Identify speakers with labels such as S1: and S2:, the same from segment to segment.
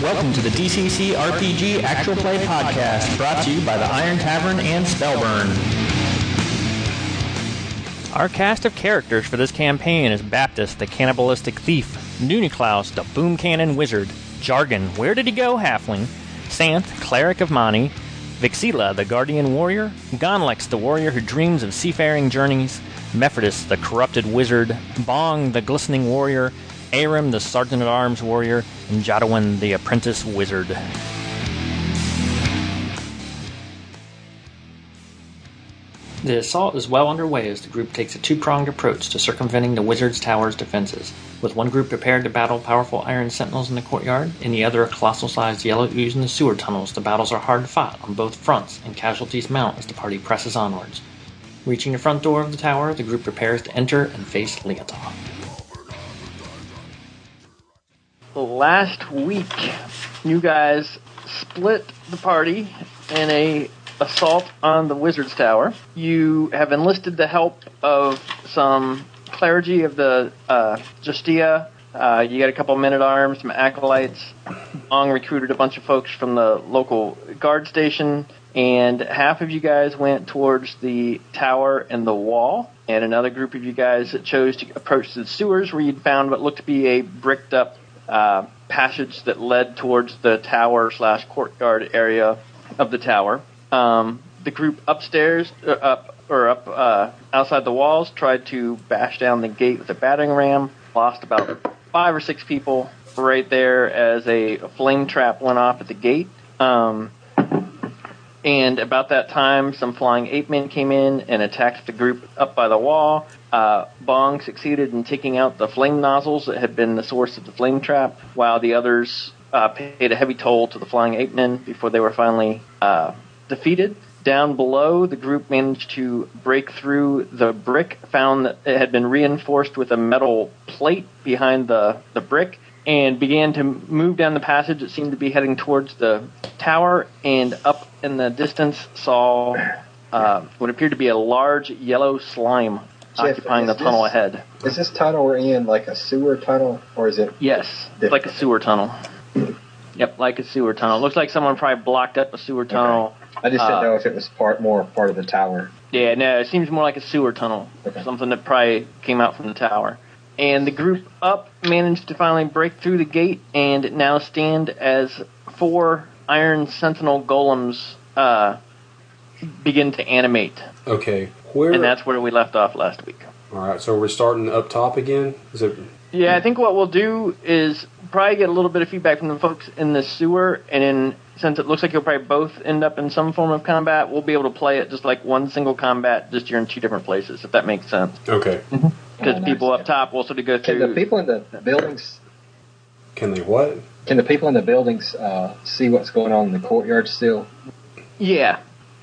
S1: Welcome to the DCC RPG Actual Play Podcast, brought to you by the Iron Tavern and Spellburn. Our cast of characters for this campaign is Baptist, the cannibalistic thief, Nuniklaus, the boom cannon wizard, Jargon, where did he go, halfling, Santh, cleric of Mani, Vixila, the guardian warrior, Gonlex, the warrior who dreams of seafaring journeys, Mephrodis, the corrupted wizard, Bong, the glistening warrior, Aram, the sergeant at arms warrior, and Jadawin, the apprentice wizard.
S2: The assault is well underway as the group takes a two pronged approach to circumventing the Wizard's Tower's defenses, with one group prepared to battle powerful iron sentinels in the courtyard, and the other a colossal sized yellow ooze in the sewer tunnels. The battles are hard fought on both fronts, and casualties mount as the party presses onwards. Reaching the front door of the tower, the group prepares to enter and face Leotov.
S3: last week you guys split the party in a assault on the wizard's tower you have enlisted the help of some clergy of the uh, justia uh, you got a couple men at arms some acolytes Ong recruited a bunch of folks from the local guard station and half of you guys went towards the tower and the wall and another group of you guys chose to approach the sewers where you'd found what looked to be a bricked up uh, passage that led towards the tower slash courtyard area of the tower. Um, the group upstairs, uh, up or up uh, outside the walls, tried to bash down the gate with a battering ram. Lost about five or six people right there as a flame trap went off at the gate. Um, and about that time, some flying ape men came in and attacked the group up by the wall. Uh, Bong succeeded in taking out the flame nozzles that had been the source of the flame trap, while the others uh, paid a heavy toll to the flying ape men before they were finally uh, defeated. Down below, the group managed to break through the brick, found that it had been reinforced with a metal plate behind the, the brick, and began to move down the passage that seemed to be heading towards the tower, and up in the distance saw uh, what appeared to be a large yellow slime
S4: Jeff,
S3: occupying the
S4: is this-
S3: tunnel ahead.
S4: Is this tunnel we're in like a sewer tunnel, or is it?
S3: Yes,
S4: Diff-
S3: like a sewer tunnel. Yep, like a sewer tunnel. It looks like someone probably blocked up a sewer tunnel.
S4: I just
S3: Uh,
S4: didn't know if it was part more part of the tower.
S3: Yeah, no, it seems more like a sewer tunnel.
S4: Okay.
S3: Something that probably came out from the tower. And the group up managed to finally break through the gate and now stand as four iron sentinel golems uh, begin to animate.
S5: Okay, where?
S3: And that's where we left off last week.
S5: all right. So we're starting up top again. Is it?
S3: Yeah, I think what we'll do is probably get a little bit of feedback from the folks in the sewer, and then since it looks like you'll probably both end up in some form of combat, we'll be able to play it just like one single combat, just you're in two different places, if that makes sense.
S5: Okay.
S3: Because
S4: Oh, nice.
S3: people up top will sort of go
S4: Can the
S3: through.
S4: people in the buildings?
S5: Can they what?
S4: Can the people in the buildings uh, see what's going on in the courtyard still?
S3: yeah,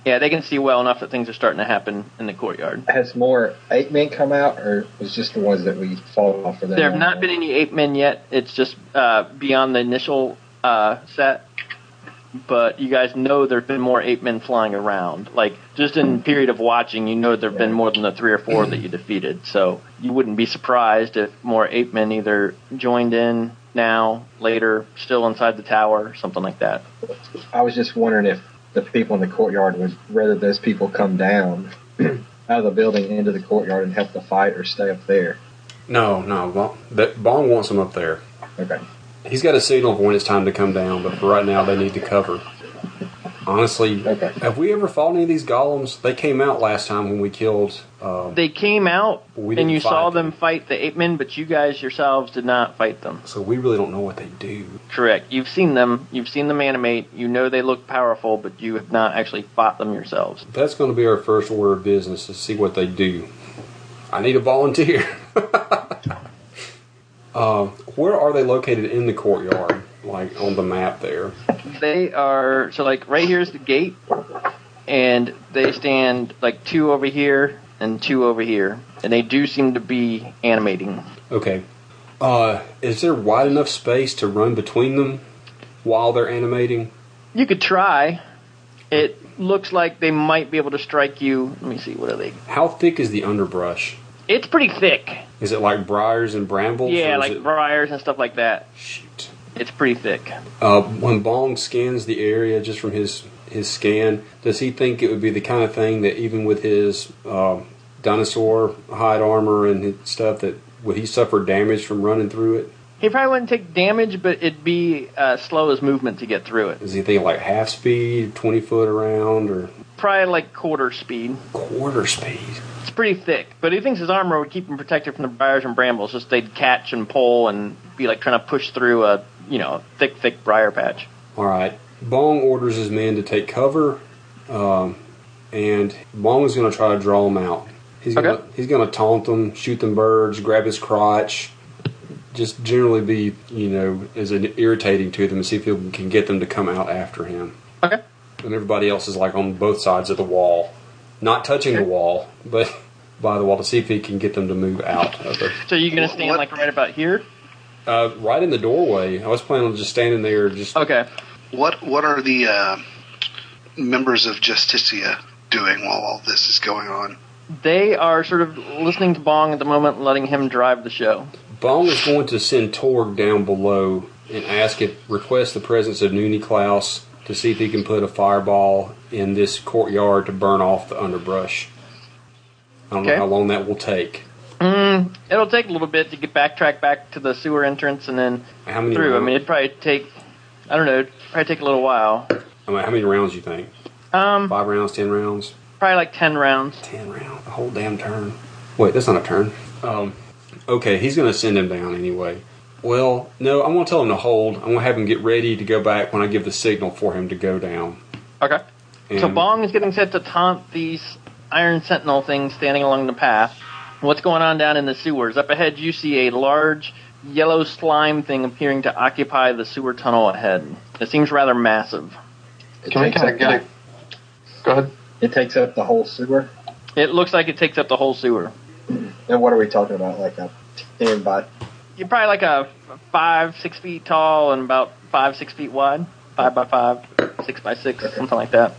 S3: yeah, they can see well enough that things are starting to happen in the courtyard.
S4: Has more eight men come out, or was just the ones that we fought off? Or that
S3: There have not been any ape men yet. It's just uh, beyond the initial uh, set. But you guys know there's been more ape men flying around. Like just in period of watching, you know there've been more than the three or four that you defeated. So you wouldn't be surprised if more ape men either joined in now, later, still inside the tower, something like that.
S4: I was just wondering if the people in the courtyard would rather those people come down out of the building into the courtyard and help the fight, or stay up there.
S5: No, no. Bong, that Bong wants them up there.
S4: Okay.
S5: He's got a signal for when it's time to come down, but for right now, they need to cover. Honestly,
S4: Okay.
S5: have we ever fought any of these golems? They came out last time when we killed. Um,
S3: They came out
S5: We
S3: and
S5: didn't
S3: you saw
S5: fight them.
S3: them fight the ape men, but you guys yourselves did not fight them.
S5: so we really don't know what they do.
S3: Correct. You've seen them. You've seen them animate. You know they look powerful, but you have not actually fought them yourselves.
S5: That's going to be our first order of business to see what they do. I need a volunteer. uh, where are they located in the courtyard? Like on the map there?
S3: They are so like right here is the gate, and they stand like two over here and two over here, and they do seem to be animating.
S5: Okay. Uh, is there wide enough space to run between them while they're animating?
S3: You could try. It looks like they might be able to strike you. Let me see. What are they?
S5: How thick is the underbrush?
S3: It's pretty thick.
S5: Is it like briars and brambles?
S3: Yeah,
S5: or is
S3: like
S5: it-
S3: briars and stuff like that.
S5: shoot.
S3: It's pretty thick.
S5: Uh, when Bong scans the area just from his his scan, does he think it would be the kind of thing that even with his uh, dinosaur hide armor and his stuff that would he suffer damage from running through it?
S3: He probably wouldn't take damage, but it'd be uh, slow as movement to get through it.
S5: Is he thinking like half speed, twenty foot around, or
S3: Probably like quarter speed.
S5: quarter speed?
S3: It's pretty thick, but he thinks his armor would keep him protected from the briars and brambles, just they'd catch and pull and be like trying to push through a you know thick, thick briar patch.
S5: All right. Bong orders his men to take cover, um, and Bong is going to try to draw them out. He's going
S3: Okay.
S5: to he's going to taunt them, shoot them birds, grab his crotch, just generally be you know as an irritating to them and see if he can get them to come out after him.
S3: Okay.
S5: And everybody else is like on both sides of the wall, not touching the wall, but by the wall to see if he can get them to move out of it.
S3: So you're gonna stand
S4: What-
S3: like right about here?
S5: Uh, right in the doorway, I was planning on just standing there, just
S3: Okay.
S6: What What are the uh, members of Justicia doing while all this is going on?
S3: They are sort of listening to Bong at the moment, letting him drive the show.
S5: Bong is going to send Torg down below and ask if request the presence of Noonie Klaus to see if he can put a fireball in this courtyard to burn off the underbrush. I don't
S3: Okay.
S5: know how long that will take.
S3: Mm, it'll take a little bit to get backtrack back to the sewer entrance and then
S5: How many?
S3: through. I
S5: rounds-
S3: mean, it'd probably take, I don't know, it'd probably take a little while.
S5: I mean, how many rounds you think?
S3: Um,
S5: Five rounds, ten rounds,
S3: probably like ten rounds.
S5: ten rounds, a whole damn turn. Wait, that's not a turn. Um, okay, he's going to send him down anyway. Well, no, I'm going to tell him to hold. I'm going to have him get ready to go back when I give the signal for him to go down.
S3: Okay. So
S5: And-
S3: Bong is getting set to taunt these Iron Sentinel things standing along the path. What's going on down in the sewers? Up ahead, you see a large yellow slime thing appearing to occupy the sewer tunnel ahead. It seems rather massive.
S4: It
S2: Can we
S4: takes
S2: kinda
S4: up
S2: get
S4: the-
S2: Go ahead.
S4: It takes up the whole sewer.
S3: It looks like it takes up the whole sewer.
S4: And what are we talking about? Like a ten by
S3: You're probably like a five, six feet tall and about five, six feet wide. Five by five, six by six, something like that.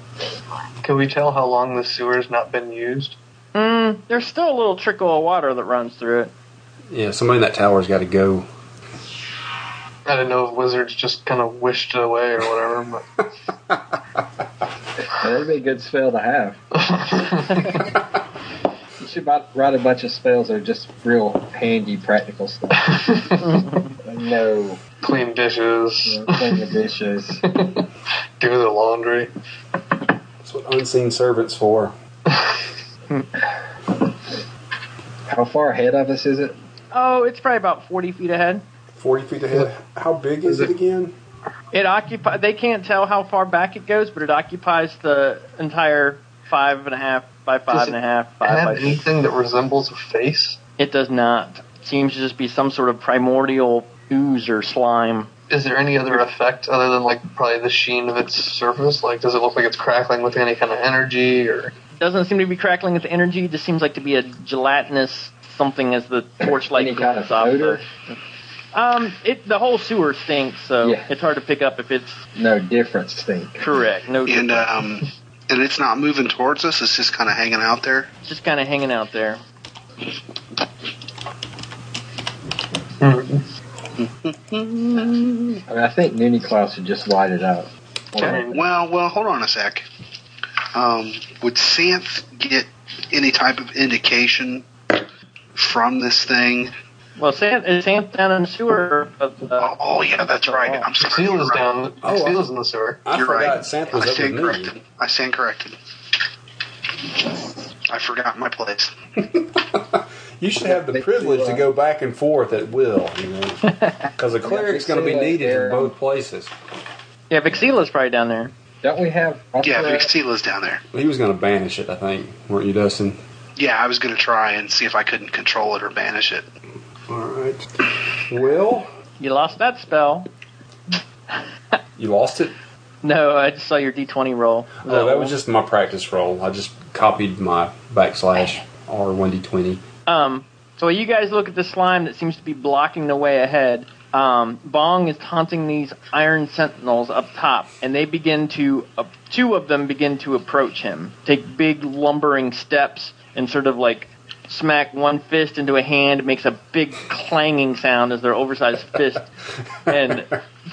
S2: Can we tell how long the sewer's not been used?
S3: Mm, there's still a little trickle of water that runs through it.
S5: Yeah, somebody in that tower's got to go.
S2: I don't know if wizards just kind of wished it away or whatever. But
S4: Now, that'd be a good spell to have. you should about write a bunch of spells that are just real handy, practical stuff. no,
S2: clean dishes,
S4: you know, clean the dishes.
S2: do the laundry.
S5: That's what unseen servants for.
S4: How far ahead of us is it?
S3: Oh, it's probably about 40 feet ahead.
S5: Forty feet ahead. How big is it again?
S3: It occupy. They can't tell how far back it goes, but it occupies the entire five and a half by five
S2: Does
S3: and
S2: it
S3: a half
S2: Have
S3: by five.
S2: anything that resembles a face?
S3: It does not. seems to just be some sort of primordial ooze or slime.
S2: Is there any other effect other than like probably the sheen of its surface? Like, does it look like it's crackling with any kind of energy or?
S3: Doesn't seem to be crackling with energy. Just seems like to be a gelatinous something as the torchlight
S4: Any kind
S3: comes
S4: of
S3: off
S4: odor?
S3: the- Um, it the whole sewer stinks, so
S4: Yeah.
S3: it's hard to pick up if it's
S4: No difference, think.
S3: correct. No,
S6: And um, and it's not moving towards us. It's just kind of hanging out there.
S3: it's just kind of hanging out there.
S2: Hmm.
S4: I mean, I think Noonie Klaus should just light it up.
S2: Okay.
S6: Well, well, hold on a sec. Um, would Santh get any type of indication from this thing?
S3: Well, Sam, is Sam down in the sewer? But, uh,
S6: Oh, oh, yeah, that's right. I'm sorry.
S2: Seal
S6: You're
S2: is
S6: right.
S2: down.
S5: Oh,
S2: seal is in the sewer.
S5: I
S6: You're
S5: forgot
S6: right.
S5: Santa
S6: I
S5: was up with
S6: stand
S5: me.
S6: corrected. I stand corrected. I forgot my place.
S5: You should have the privilege to go back and forth at will, you know, because a cleric's going to be needed in both places.
S3: yeah, Vixila's probably down there.
S4: Don't we have?
S6: Yeah, Vixila's down there.
S5: He was going to banish it, I think, weren't you, Dustin?
S6: Yeah, I was going to try and see if I couldn't control it or banish it.
S5: All right. Well,
S3: You lost that spell.
S5: you lost it.
S3: No, I just saw your D20 roll.
S5: Oh, that was just my practice roll. I just copied my backslash R one d twenty.
S3: Um, so while you guys look at the slime that seems to be blocking the way ahead, um, Bong is taunting these iron sentinels up top, and they begin to, uh, two of them begin to approach him, take big lumbering steps and sort of like smack one fist into a hand. It makes a big clanging sound as their oversized fist, and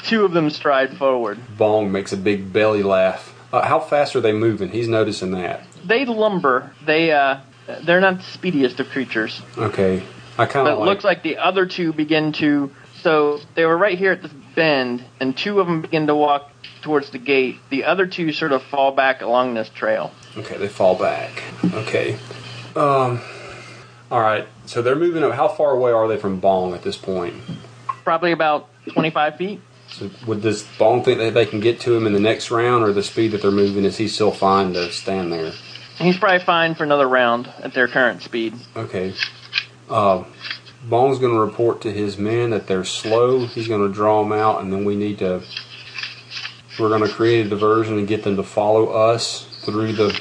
S3: two of them stride forward.
S5: Bong makes a big belly laugh. Uh, how fast are they moving? He's noticing that.
S3: They lumber. They uh, they're not the speediest of creatures,
S5: Okay. Oh, I kind
S3: but it
S5: of like,
S3: looks like the other two begin to. So they were right here at this bend, and two of them begin to walk towards the gate. The other two sort of fall back along this trail.
S5: Okay, they fall back. Okay. Um. All right. So they're moving up. How far away are they from Bong at this point?
S3: Probably about 25 feet.
S5: So would this Bong think that they can get to him in the next round, or the speed that they're moving is he still fine to stand there?
S3: He's probably fine for another round at their current speed.
S5: Okay. Uh, Bong's going to report to his men that they're slow. He's going to draw them out, and then we need to. We're going to create a diversion and get them to follow us through the.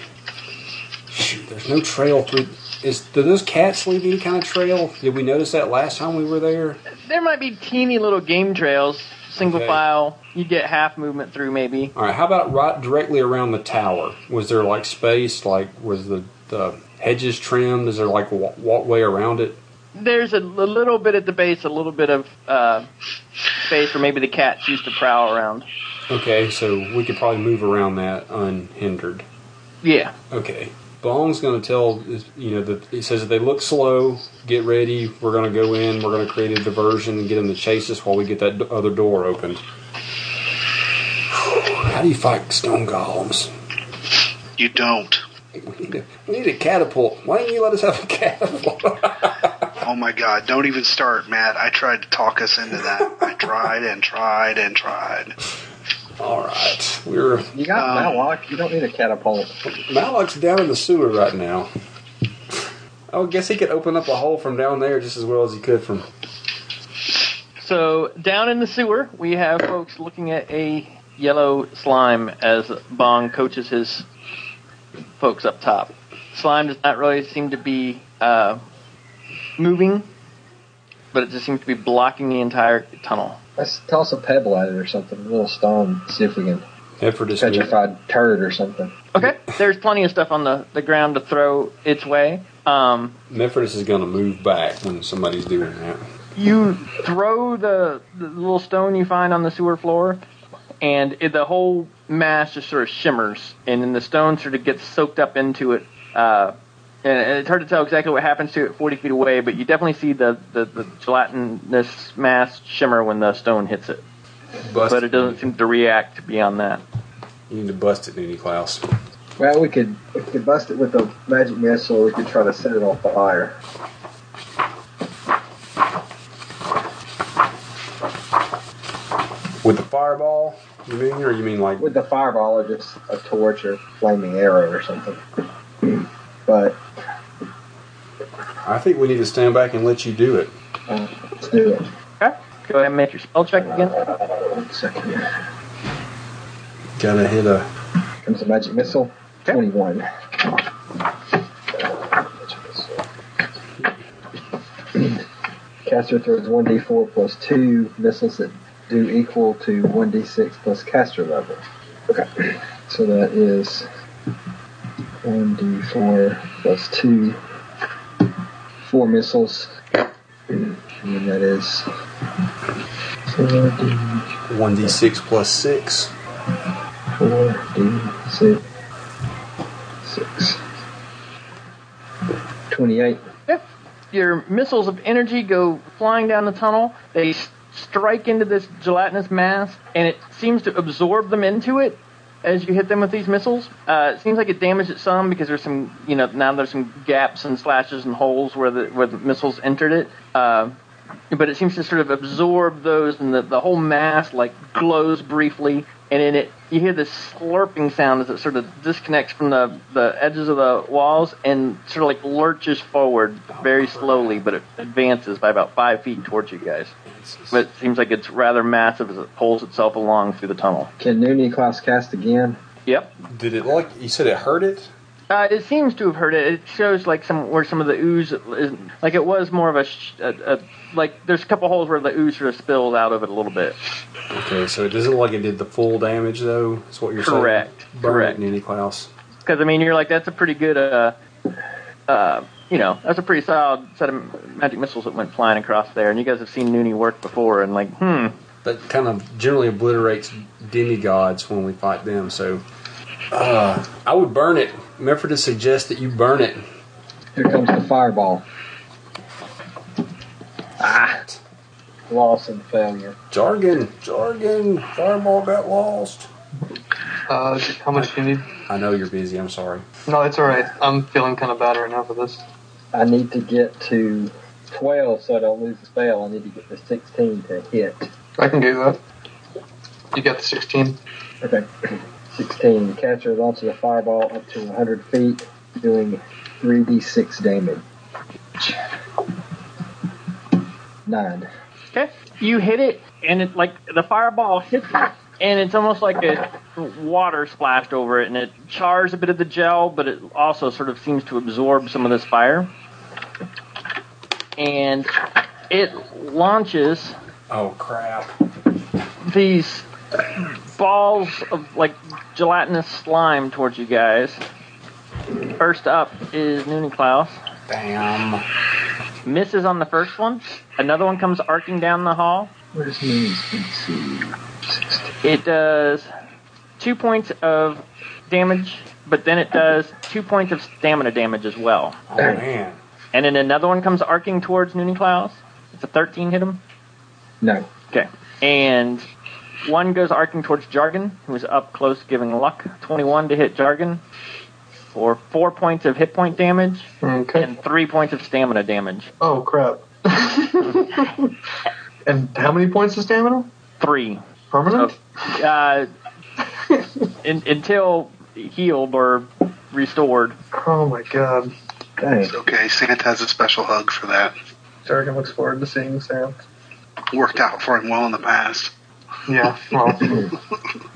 S5: Shoot, there's no trail through. Is do those cats leave any kind of trail? Did we notice that last time we were there?
S3: There might be teeny little game trails, single
S5: Okay.
S3: file. You get half movement through maybe.
S5: All right. How about right directly around the tower? Was there like space? Like was the the hedges trimmed? Is there like a wa- walkway around it?
S3: There's a, l- little bit at the base, a little bit of uh, space where maybe the cats used to prowl around.
S5: Okay, so we could probably move around that unhindered.
S3: Yeah.
S5: Okay. Bong's going to tell, you know, that he says if they look slow, get ready. We're going to go in. We're going to create a diversion and get them to chase us while we get that d- other door opened. How do you fight stone golems?
S6: You don't.
S5: We need, a, we need a catapult. Why didn't you let us have a catapult?
S6: Oh my God! Don't even start, Matt. I tried to talk us into that. I tried and tried and tried.
S5: All right. We're
S4: You got
S6: Um,
S4: Malak. You don't need a catapult.
S5: Malak's down in the sewer right now. I would guess he could open up a hole from down there just as well as he could from.
S3: So down in the sewer, we have folks looking at a yellow slime as Bong coaches his folks up top. Slime does not really seem to be uh, moving, but it just seems to be blocking the entire tunnel.
S4: Let's toss a pebble at it or something. A little stone. See if we can
S5: Effort is
S4: petrified turd or something.
S3: Okay, there's plenty of stuff on the, the ground to throw its way. Um,
S5: Memphis is going to move back when somebody's doing that.
S3: you throw the, the little stone you find on the sewer floor, and it, the whole mass just sort of shimmers, and then the stone sort of gets soaked up into it. Uh, and, and it's hard to tell exactly what happens to it 40 feet away, but you definitely see the, the, the gelatinous mass shimmer when the stone hits it.
S5: Bust
S3: But it doesn't seem to react beyond that.
S5: You need to bust it, Nudie Klaus.
S4: Well, we could we could bust it with a magic missile. or We could try to set it on fire.
S5: With the fireball, you mean, or you mean like?
S4: With the fireball or just a torch or flaming arrow or something. But
S5: I think we need to stand back and let you do it.
S4: uh, let's do it.
S3: Okay, go ahead and make your spell check again.
S4: One second here.
S5: Gotta hit a.
S4: Comes the magic missile.
S3: Okay.
S4: Twenty-one. Caster throws one d4 plus two missiles that do equal to one d6 plus caster level. Okay, so that is one d4 plus two, four missiles, and that is four d
S5: 1d6 plus 6.
S4: four D six six. Twenty-eight.
S3: your missiles of energy go flying down the tunnel. They s- strike into this gelatinous mass, and it seems to absorb them into it as you hit them with these missiles. Uh, it seems like it damaged it some because there's some, you know, now there's some gaps and slashes and holes where the where the missiles entered it. Uh, but it seems to sort of absorb those, and the, the whole mass like glows briefly, and then it you hear this slurping sound as it sort of disconnects from the, the edges of the walls and sort of like lurches forward very slowly, but it advances by about five feet towards you guys. But it seems like it's rather massive as it pulls itself along through the tunnel.
S4: Can Noonie Klaus cast again?
S3: Yep.
S5: Did it like. You said it hurt it?
S3: Uh, it seems to have hurt it. It shows like some where some of the ooze, is, like it was more of a, sh- a, a like there's a couple holes where the ooze sort of spills out of it a little bit.
S5: Okay, so it doesn't look like it did the full damage, though, is what you're
S3: Correct,
S5: saying? Burn
S3: correct.
S5: it, Nudie Klaus.
S3: Because I mean, you're like that's a pretty good, uh, uh, you know, that's a pretty solid set of magic missiles that went flying across there. And you guys have seen Noonie work before, and like, hmm,
S5: That kind of generally obliterates demigods when we fight them. So uh, I would burn it. Mefford to suggest that you burn it.
S4: Here comes the fireball. Ah! Loss and failure.
S5: Jargon, jargon, fireball got lost.
S7: Uh, how much do you need?
S5: I know you're busy. I'm sorry.
S7: No, it's all right. I'm feeling kind of bad right now for this.
S4: I need to get to 12 so I don't lose the spell. I need to get to 16 to hit.
S7: I can do that. You got the 16.
S4: Okay. 16. The catcher launches a fireball up to 100 feet, doing 3d6 damage. Nine.
S3: Okay. You hit it, and it like the fireball hits it, and it's almost like a water splashed over it, and it chars a bit of the gel, but it also sort of seems to absorb some of this fire. And it launches
S5: Oh crap!
S3: these balls of like gelatinous slime towards you guys. First up is Noonan Klaus.
S5: Damn.
S3: Misses on the first one. Another one comes arcing down the hall.
S4: Where's news? Let's see. 16.
S3: It does two points of damage, but then it does two points of stamina damage as well.
S5: Oh man.
S3: And then another one comes arcing towards Noonan Klaus. It's a 13 hit him.
S4: No.
S3: Okay. And one goes arcing towards Jargon, who's up close giving luck. 21 to hit Jargon for four points of hit point damage
S7: Okay.
S3: and three points of stamina damage.
S7: Oh, crap. and how many points of stamina?
S3: Three.
S7: Permanent?
S3: Uh, in, until healed or restored.
S7: Oh my god.
S4: Dang.
S6: It's okay. Santa has a special hug for that.
S7: Jargon looks forward to seeing Sam.
S6: Worked out for him well in the past.
S7: Yeah, well.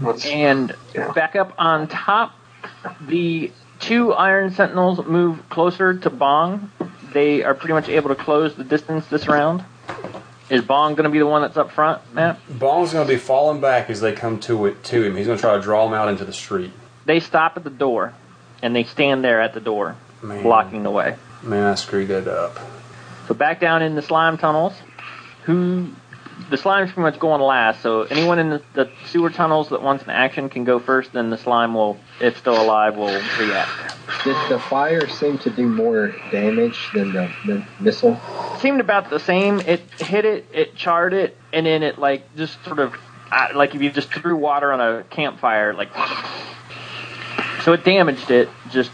S7: let's-
S3: And
S7: Yeah.
S3: back up on top, the two Iron Sentinels move closer to Bong. They are pretty much able to close the distance this round. Is Bong going to be the one that's up front, Matt?
S5: Bong's gonna be falling back as they come to it to him. He's gonna try to draw him out into the street.
S3: They stop at the door, and they stand there at the door,
S5: Man,
S3: blocking the way.
S5: Man, I screwed that up.
S3: So back down in the slime tunnels, who the slime's pretty much going last. So anyone in the, the sewer tunnels that wants an action can go first. Then the slime will, if still alive, will react.
S4: Did the fire seem to do more damage than the, the missile?
S3: seemed about the same. It hit it, it charred it, and then it like just sort of uh, like if you just threw water on a campfire, like so it damaged it. Just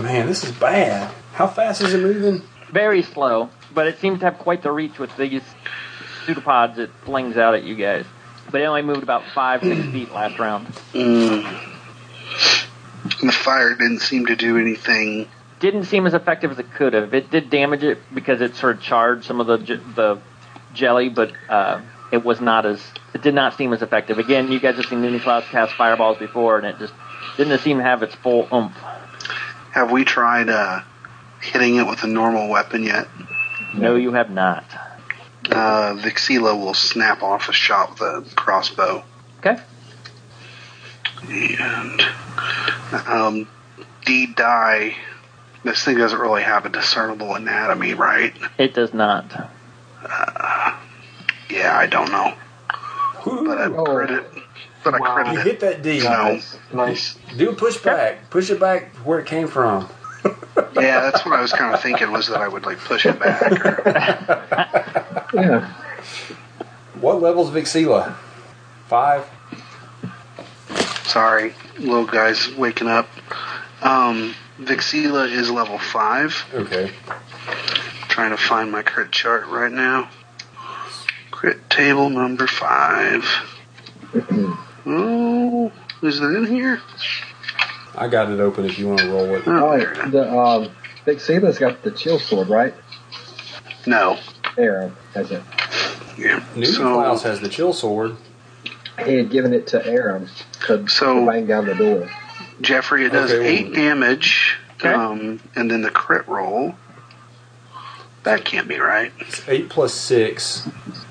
S5: Man, this is bad. How fast is it moving?
S3: very slow, but it seemed to have quite the reach with these pseudopods it flings out at you guys. But it only moved about five, six feet last round.
S6: Mm. And the fire didn't seem to do anything.
S3: Didn't seem as effective as it could have. It did damage it because it sort of charred some of the j- the jelly, but uh, it was not as it did not seem as effective. Again, you guys have seen Looney Clouds cast fireballs before, and it just didn't seem to have its full oomph.
S6: Have we tried uh, hitting it with a normal weapon yet?
S3: No, you have not.
S6: Uh, Vixila will snap off a shot with a crossbow.
S3: Okay.
S6: And um, D die. This thing doesn't really have a discernible anatomy, right?
S3: It does not.
S6: Yeah, I don't know, but I
S4: Oh.
S6: credit, but I
S7: Wow.
S5: You
S6: credit it.
S5: hit that D.
S6: No.
S7: Nice.
S5: Do a push back. Push it back where it came from.
S6: Yeah, that's what I was kind of thinking was that I would like push it back. Or,
S4: Yeah.
S5: What level's Vixila? Five.
S6: sorry, little guy's waking up. Um, Vixila is level five.
S5: Okay.
S6: Trying to find my crit chart right now. Crit table number five. oh, is it in here?
S5: I got it open if you want to roll it.
S6: Oh,
S4: Oh,
S6: there it is.
S4: the um, Big Sila's got the chill sword, right?
S6: No.
S4: Arrow has it.
S6: Yeah.
S5: New
S6: So,
S5: Klaus has the chill sword.
S4: He had given it to Aram to,
S6: So-
S4: to bang down the door.
S6: Jeffrey, it does
S5: Okay,
S6: eight
S5: well-
S6: damage.
S3: Okay.
S6: Um, and then the crit roll. That can't be right.
S5: It's eight plus six.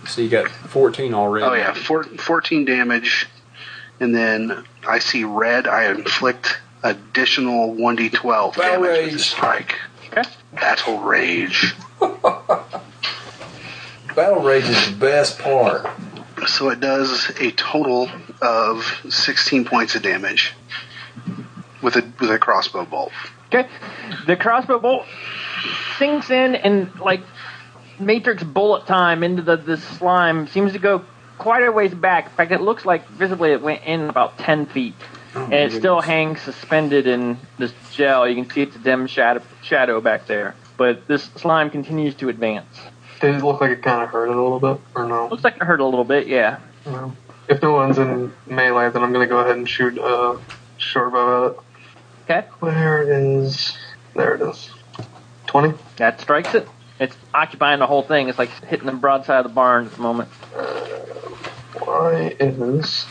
S5: So you got 14 already.
S6: Oh, yeah. Four, 14 damage. And then I see red. I inflict additional 1d12
S5: Battle
S6: damage with
S5: rage.
S6: the strike.
S3: Okay.
S6: Battle rage.
S5: Battle Rage is the best part.
S6: So it does a total of 16 points of damage with a with a crossbow bolt.
S3: Okay. The crossbow bolt sinks in and like matrix bullet time into the, the slime seems to go quite a ways back. In fact, it looks like visibly it went in about 10 feet.
S5: Oh,
S3: and it still hangs suspended in this gel. You can see it's a dim shadow, shadow back there. But this slime continues to advance.
S7: Did it look like it kind of hurt it a little bit, or no?
S3: Looks like it hurt a little bit, yeah.
S7: No. If no one's in melee, then I'm gonna go ahead and shoot uh, short bow at it.
S3: Okay.
S7: Where is? There it is. Twenty.
S3: That strikes it. It's occupying the whole thing. It's like hitting the broadside of the barn at the moment.
S7: Why is?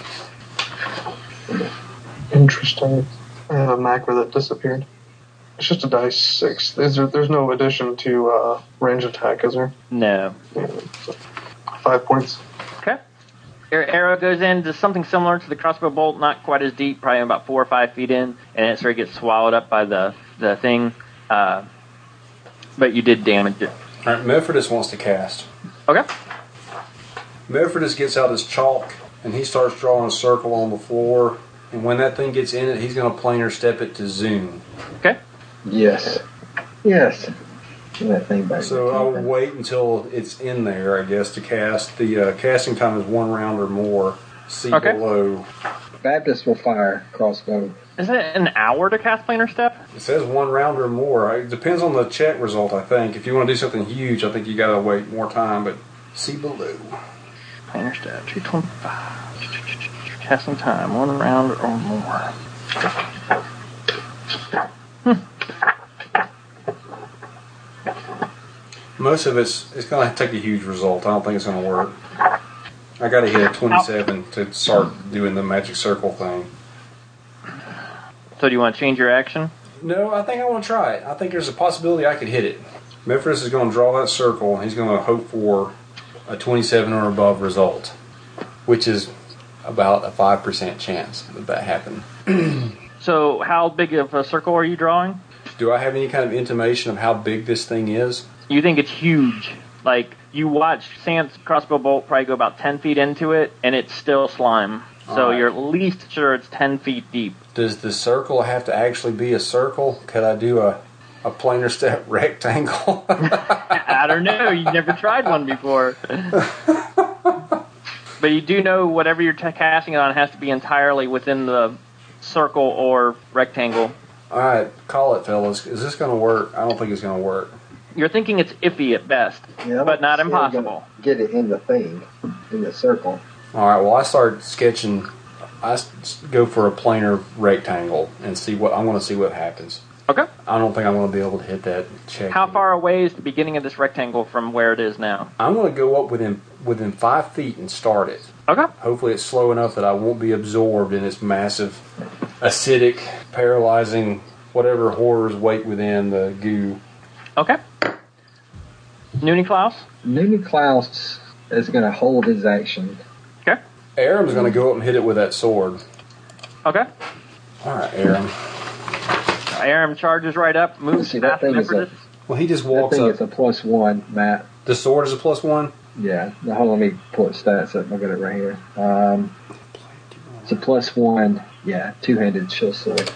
S7: Interesting. I have a macro that disappeared. It's just a dice six. Is there, there's no addition to uh, range attack, is there?
S3: No.
S7: Yeah, so five points.
S3: Okay. Your arrow goes in, does something similar to the crossbow bolt, not quite as deep, probably about four or five feet in, and it sort of gets swallowed up by the, the thing. Uh, but you did damage it.
S5: All right, Mephrodis wants to cast.
S3: Okay.
S5: Mephrodis gets out his chalk and he starts drawing a circle on the floor. And when that thing gets in it, he's going to planar step it to zoom.
S3: Okay.
S4: Yes. Yes. Give that thing back.
S5: So I'll wait until it's in there, I guess, to cast. The uh, casting time is one round or more. See
S3: Okay.
S5: below.
S4: Baptist will fire crossbow.
S3: Is it an hour to cast planar step?
S5: It says one round or more. It depends on the check result, I think. If you want to do something huge, I think you got to wait more time. But see below.
S3: Planar step, 225. Cast some time, one round or more.
S5: Most of it's it's going to take a huge result. I don't think it's going to work. I got to hit a 27 to start doing the magic circle thing.
S3: So do you want to change your action?
S5: No, I think I want to try it. I think there's a possibility I could hit it. Memphis is going to draw that circle, and he's going to hope for a 27 or above result, which is about a 5% chance that that happened.
S3: So how big of a circle are you drawing?
S5: Do I have any kind of intimation of how big this thing is?
S3: You think it's huge. Like, you watch Sans crossbow bolt probably go about 10 feet into it, and it's still slime. So
S5: Alright.
S3: you're at least sure it's 10 feet deep.
S5: Does the circle have to actually be a circle? Could I do a, a planar step rectangle?
S3: I don't know. You've never tried one before. but you do know whatever you're t- casting it on has to be entirely within the circle or rectangle.
S5: All right, call it, fellas. Is this going to work? I don't think it's going to work.
S3: You're thinking it's iffy at best,
S4: Yeah,
S3: but not
S4: I'm still gonna
S3: impossible.
S4: Get it in the thing, in the circle.
S5: All right. Well, I start sketching. I s- go for a planar rectangle and see what I want to see what happens.
S3: Okay.
S5: I don't think I'm going to be able to hit that check.
S3: How far away is the beginning of this rectangle from where it is now?
S5: I'm going to go up within within five feet and start it.
S3: Okay.
S5: Hopefully, it's slow enough that I won't be absorbed in its massive, acidic, paralyzing, whatever horrors wait within the goo.
S3: Okay. Noonie Klaus?
S4: Noonie Klaus is going to hold his action.
S3: Okay.
S5: Aram's going to go up and hit it with that sword.
S3: Okay.
S5: All right, Aram.
S3: Aram charges right up, moves
S4: See,
S3: past
S4: that thing is a-
S3: Mephrodis.
S5: Well, he just
S4: That
S5: walks
S4: thing
S5: up.
S4: is a plus one, Matt.
S5: the sword is a plus one.
S4: Yeah. Now, hold on, let me pull up stats up. I got it right here. Um, it's a plus one. Yeah, two-handed shield sword.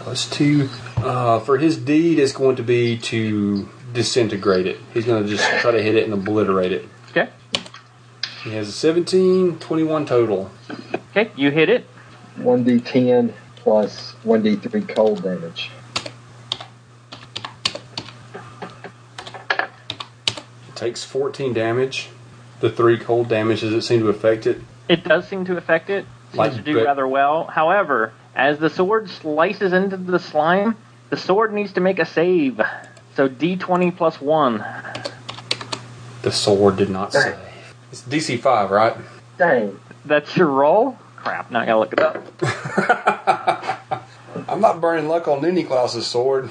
S5: Plus two. Uh, for his deed, it's going to be to disintegrate it. He's going to just try to hit it and obliterate it.
S3: Okay.
S5: He has a 17, 21 total.
S3: Okay, you hit it.
S4: One d ten plus one d three cold damage.
S5: It takes 14 damage. The three cold damage, does it seem to affect it?
S3: It does seem to affect it. Seems
S5: Like
S3: to do
S5: bit-
S3: rather well. However, as the sword slices into the slime, the sword needs to make a save. So D20 plus one.
S5: The sword did not save. It's DC 5, right?
S4: Dang.
S3: That's your roll. Crap, not gonna look it up.
S5: I'm not burning luck on Noonie Klaus's sword.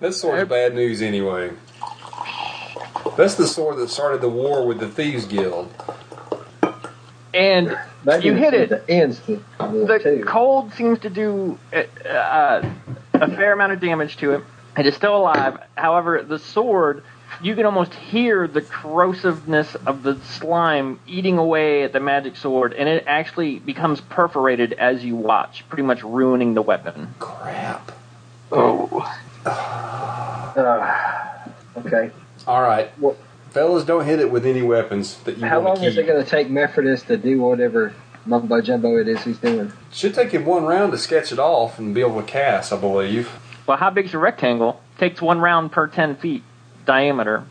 S5: that sword's bad news anyway. That's the sword that started the war with the Thieves Guild.
S3: and
S4: That
S3: you
S4: gives
S3: hit it.
S4: The ends to the
S3: the
S4: two.
S3: cold seems to do uh, uh, a fair amount of damage to it. It is still alive. However, the sword, you can almost hear the corrosiveness of the slime eating away at the magic sword, and it actually becomes perforated as you watch, pretty much ruining the weapon.
S5: Crap.
S7: Oh,
S4: Ah, okay.
S5: All right.
S4: Well-
S5: Fellas, don't hit it with any weapons that you
S4: How
S5: want
S4: long
S5: to keep.
S4: is it going to take Mephrodis to do whatever mumbo jumbo it is he's doing?
S5: Should take him one round to sketch it off and be able to cast, I believe.
S3: Well, how big's a rectangle? Takes one round per 10 feet diameter.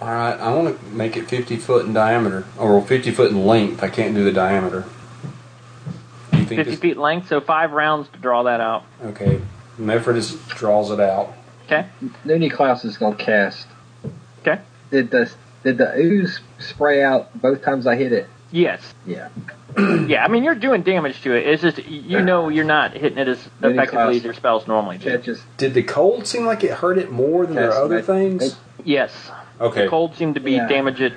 S5: All right, I want to make it 50 foot in diameter, or 50 foot in length. I can't do the diameter. You think
S3: 50
S5: this-
S3: feet length, so five rounds to draw that out.
S5: Okay, Mephrodis draws it out.
S3: Okay?
S4: Noonie Klaus is going to cast.
S3: Okay.
S4: Did the did the ooze spray out both times I hit it?
S3: Yes.
S4: Yeah.
S3: Yeah, I mean, you're doing damage to it. It's just, you know, you're not hitting it as
S4: Any class.
S3: effectively as your spells normally do.
S4: Catches.
S5: Did the cold seem like it hurt it more than their
S4: Cast
S5: other
S4: mag-
S5: things?
S3: Yes.
S5: Okay, all
S3: Cold seemed to be
S4: Yeah.
S3: damage it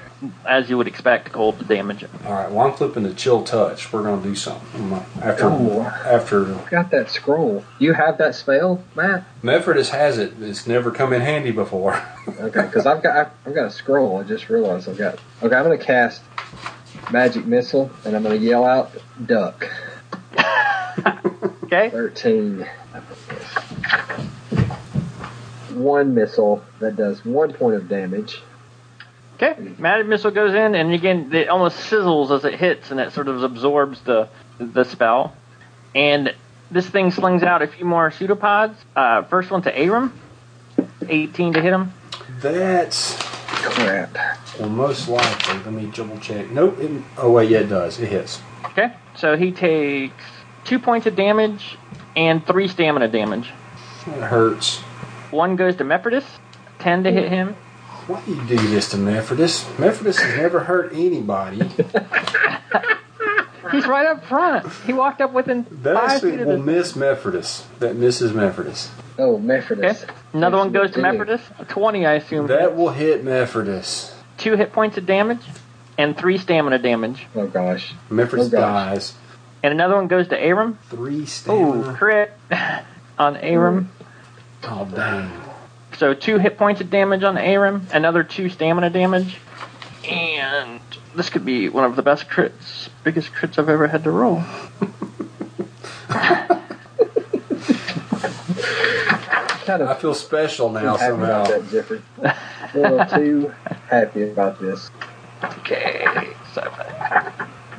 S3: as you would expect cold to damage it.
S5: right. Well, I'm flipping the chill touch. We're gonna do something I'm gonna- after
S4: Ooh.
S5: after
S4: Got that scroll. You have that spell, Matt?
S5: Mephrodis has it. It's never come in handy before.
S4: Okay, because I've got I've, I've got a scroll. I just realized I've got. Okay, I'm going to cast magic missile, and I'm going to yell out duck.
S3: Okay?
S4: Thirteen. One missile that does one point of damage.
S3: Okay. Magic missile goes in, and again, it almost sizzles as it hits, and it sort of absorbs the the spell. And this thing slings out a few more pseudopods. Uh, first one to Aram, 18 to hit him.
S5: That's
S4: Crap.
S5: well, most likely. Let me double check. Nope. It, oh wait, yeah, it does. It hits.
S3: Okay, so he takes two points of damage and three stamina damage.
S5: It hurts.
S3: One goes to Mephrodis, 10 to hit him.
S5: Why do you do this to Mephrodis? Mephrodis has never hurt anybody.
S3: He's right up front. He walked up within
S5: That
S3: five
S5: actually
S3: feet of
S5: will
S3: this.
S5: miss Mephrodis. That misses Mephrodis.
S4: Oh, Mephrodis.
S3: Okay. Another one goes to
S4: Yes,
S3: Mephrodis. A 20, I assume.
S5: That will hit Mephrodis.
S3: Two hit points of damage and three stamina damage.
S4: Oh gosh.
S5: Mephrodis
S4: Oh, gosh.
S5: dies.
S3: And another one goes to Aram.
S5: Three
S3: Ooh,
S5: stamina.
S3: crit on Aram.
S5: Oh, dang.
S3: So two hit points of damage on Aram. Another two stamina damage. And this could be one of the best crits, biggest crits I've ever had to roll.
S4: Kind of
S5: I feel special now
S4: happy about
S5: somehow.
S4: that, Jeffrey. A little too happy about this.
S3: Okay, so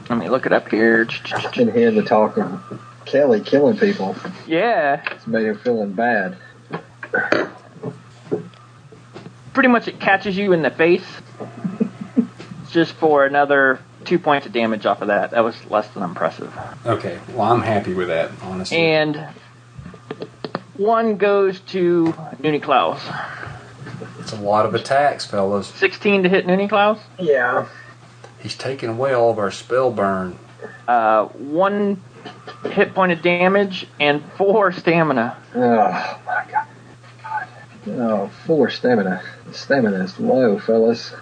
S3: let me look it up here.
S4: I've been hearing the talk of Kelly killing people.
S3: Yeah,
S4: It's made him feeling bad.
S3: pretty much it catches you in the face. Just for another two points of damage off of that. That was less than impressive.
S5: Okay, well, I'm happy with that, honestly.
S3: And one goes to Noonie Klaus.
S5: it's a lot of attacks, fellas.
S3: 16 to hit Noonie Klaus.
S4: Yeah.
S5: He's taking away all of our spell burn.
S3: Uh, one hit point of damage and four stamina.
S4: Oh my god. God. Oh, four stamina. Stamina is low, fellas.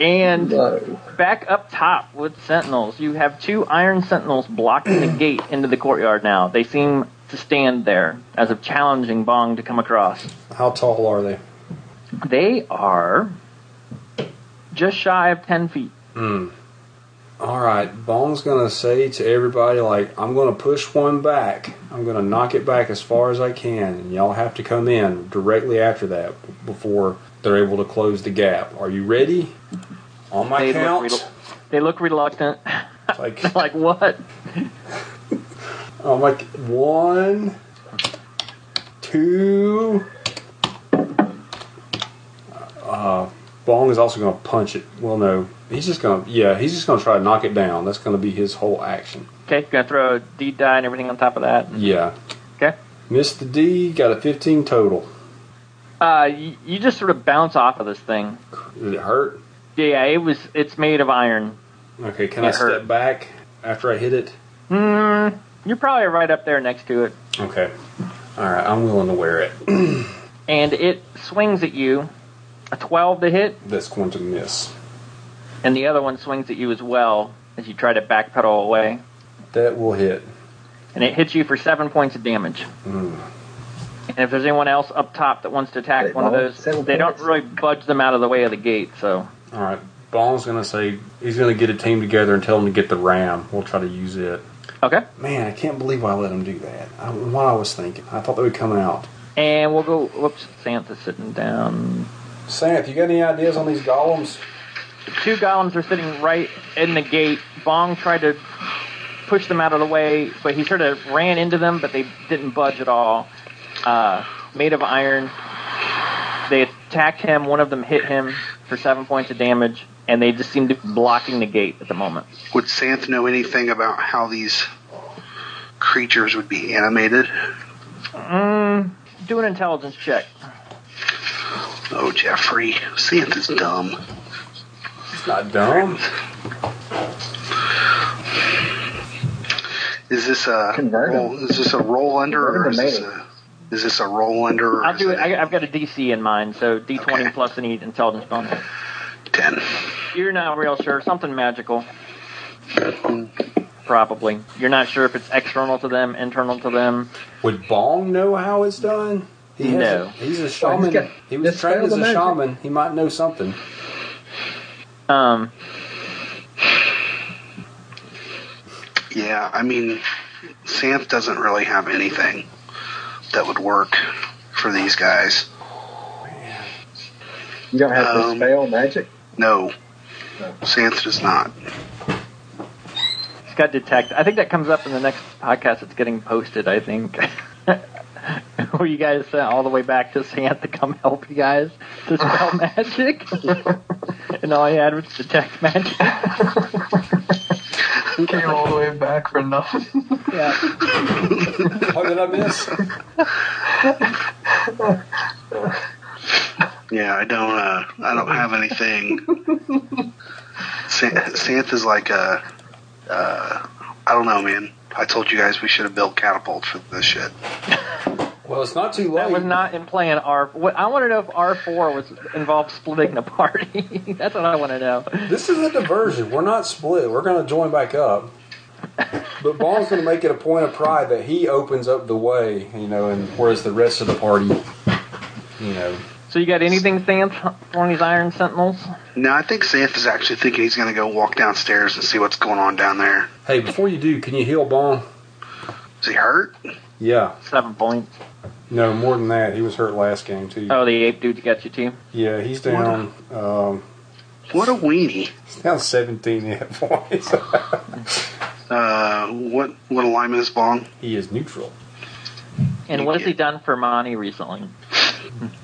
S3: And
S4: Low.
S3: Back up top with sentinels. You have two iron sentinels blocking the gate into the courtyard now. They seem to stand there as if challenging Bong to come across.
S5: How tall are they?
S3: They are just shy of 10 feet.
S5: Hmm. All right, Bone's gonna say to everybody, like, I'm gonna push one back. I'm gonna knock it back as far as I can, and y'all have to come in directly after that before they're able to close the gap. Are you ready? On my
S3: They look
S5: count,
S3: rel- They look reluctant.
S5: like
S3: like, what?
S5: I'm like one, two. Uh, Bong is also gonna punch it. Well, no, he's just gonna yeah, he's just gonna try to knock it down. That's gonna be his whole action.
S3: Okay, gonna throw a D die and everything on top of that.
S5: Yeah.
S3: Okay.
S5: Missed the D, got a 15 total.
S3: Uh, you, you just sort of bounce off of this thing.
S5: Did it hurt?
S3: Yeah, it was. It's made of iron.
S5: Okay, can I
S3: It hurt.
S5: step back after I hit it?
S3: Hmm. You're probably right up there next to it.
S5: Okay. All right, I'm willing to wear it.
S3: and it swings at you. A 12 to hit,
S5: That's going to miss.
S3: and the other one swings at you as well. as you try to backpedal away,
S5: That will hit.
S3: and it hits you for seven points of damage. And if there's anyone else up top that wants to attack
S4: Wait,
S3: one of
S4: no,
S3: those,
S4: seven
S3: they don't
S4: points?
S3: really budge them out of the way of the gate. So
S5: All right. Ball's going to say he's going to get a team together and tell them to get the ram. We'll try to use it.
S3: okay,
S5: Man, I can't believe I let him do that. I, what I was thinking. I thought they would come out.
S3: and we'll go. Whoops, Santa's sitting down.
S5: Santh, you got any ideas on these golems?
S3: two golems are sitting right in the gate. Bong tried to push them out of the way, but he sort of ran into them, but they didn't budge at all. Uh, made of iron. They attacked him. One of them hit him for seven points of damage, and they just seem to be blocking the gate at the moment.
S6: Would Santh know anything about how these creatures would be animated?
S3: Mm, do an intelligence check.
S6: Oh, Jeffrey, Santh is dumb.
S5: It's not dumb.
S6: Is this a
S4: Convert 'em.
S6: roll, is this a roll under or
S4: Convert
S6: is
S4: 'em
S6: this
S4: native.
S6: a is this a roll under? Or
S3: I'll
S6: is
S3: do it.
S6: it
S3: I, I've got a DC in mind, so D20
S6: Okay.
S3: plus any intelligence bonus.
S6: ten.
S3: You're not real sure. Something magical. Probably. You're not sure if it's external to them, internal to them.
S5: Would Bong know how it's done? He has
S3: No.
S5: a- he's a
S4: Oh,
S5: shaman.
S4: he's got-
S5: he was
S4: this
S5: trained as
S4: spell's
S5: a
S4: magic.
S5: shaman. He might know something.
S3: Um,
S6: Yeah, I mean, Santh doesn't really have anything that would work for these guys.
S4: You don't have
S6: Um,
S4: to spell magic?
S6: No, Santh does not.
S3: it's got detect. I think that comes up in the next podcast. It's getting posted. I think. Were you guys sent all the way back to Santa to come help you guys to spell magic? and all you had was detect magic.
S7: Came all the way back for nothing.
S3: yeah.
S5: What did I miss?
S6: Yeah, I don't. Uh, I don't have anything. San- Santh is like a. Uh, I don't know, man. I told you guys we should have built catapults for this shit.
S5: Well, it's not too
S3: That
S5: late.
S3: was not in plan R. What I want to know if R four was involved splitting the party. That's what I want to know.
S5: This is a diversion. We're not split. We're going to join back up. But Bong's going to make it a point of pride that he opens up the way, you know, and whereas the rest of the party, you know,
S3: So you got anything, Sans, on these Iron Sentinels?
S6: No, I think Santh is actually thinking he's going to go walk downstairs and see what's going on down there.
S5: hey, before you do, can you heal Bong?
S6: Is he hurt?
S5: Yeah.
S3: Seven points.
S5: No, more than that. He was hurt last game too.
S3: Oh, the ape dude got you too.
S5: Yeah, he's down. Um,
S6: What a weenie.
S5: he's down 17 hit points.
S6: Uh, what what alignment is Bong?
S5: he is neutral.
S3: And what has he done for Monty recently?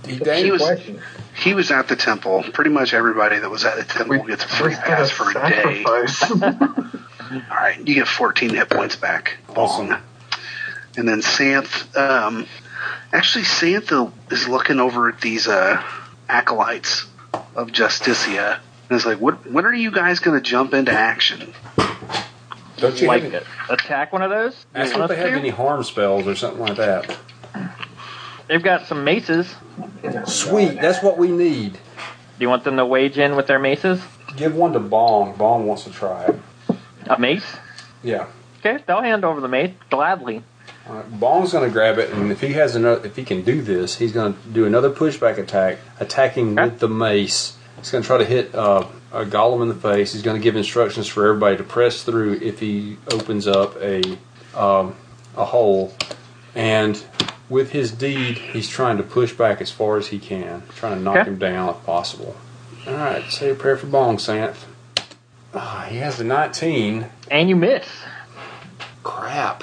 S5: He
S6: He was-
S4: Question.
S6: He was at the temple. Pretty much everybody that was at the temple gets a free pass for a day. All right, you get 14 hit points back.
S5: Awesome.
S6: Bong. And then Santh, um, actually Santh is looking over at these uh, acolytes of Justicia and is like, "What? When are you guys going to jump into action?"
S5: Don't you
S3: Like uh,
S5: have,
S3: it. attack one of those? You
S5: ask
S3: want
S5: if they
S3: us
S5: have
S3: to?
S5: any harm spells or something like that.
S3: They've got some maces.
S5: Sweet, that's what we need.
S3: Do you want them to wage in with their maces?
S5: Give one to Bong. Bong wants to try it.
S3: A mace?
S5: Yeah.
S3: Okay, they'll hand over the mace gladly.
S5: All right, Bong's going to grab it, and if he has another, if he can do this, he's going to do another pushback attack, attacking
S3: Okay.
S5: with the mace. He's going to try to hit uh, a golem in the face. He's going to give instructions for everybody to press through if he opens up a um, a hole, and with his deed, he's trying to push back as far as he can, trying to knock
S3: Okay.
S5: him down if possible. All right, say a prayer for Bong, Santh. Ah, he has a 19.
S3: And you miss.
S5: Crap.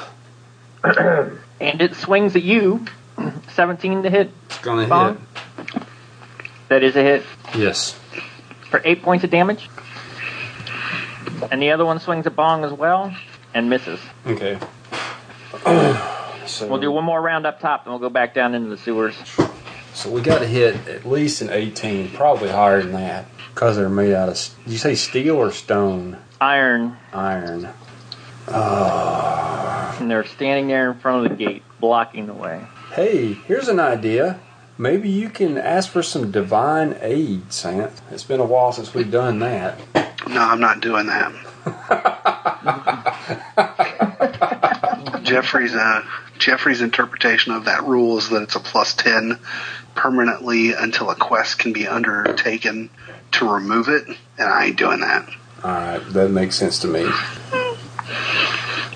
S3: And it swings at you. 17 to hit.
S5: It's going to hit.
S3: Bong? That is a hit
S5: Yes.
S3: for 8 points of damage. And the other one swings at Bong as well and misses.
S5: Okay. so,
S3: We'll do one more round up top and we'll go back down into the sewers.
S5: so we got to hit at least an 18, probably higher than that, because they're made out of. s- Did you say steel or stone?
S3: Iron.
S5: Iron.
S3: And they're standing there in front of the gate, blocking the way.
S5: Hey, here's an idea. Maybe you can ask for some divine aid, Sant. It's been a while since we've done that.
S6: No, I'm not doing that. Jeffrey's uh, Jeffrey's interpretation of that rule is that it's a plus ten permanently until a quest can be undertaken to remove it, and I ain't doing that.
S5: All right, that makes sense to me.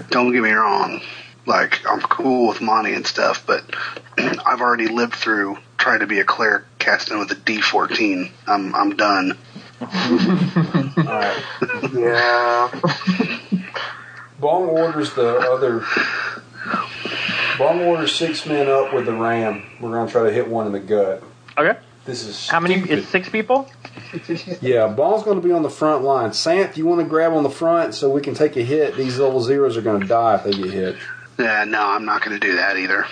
S6: Don't get me wrong, like I'm cool with Monty and stuff, but I've already lived through trying to be a cleric casting with a D14. I'm I'm done.
S7: Yeah.
S5: Bong orders the other. Bong orders six men up with the ram. We're gonna try to hit one in the gut.
S3: Okay.
S5: This is
S3: How many?
S5: stupid.
S3: It's six people.
S5: Yeah, Bong's gonna be on the front line. Santh, you want to grab on the front so we can take a hit. These level zeros are gonna die if they get hit.
S6: Yeah, no, I'm not going to do that either.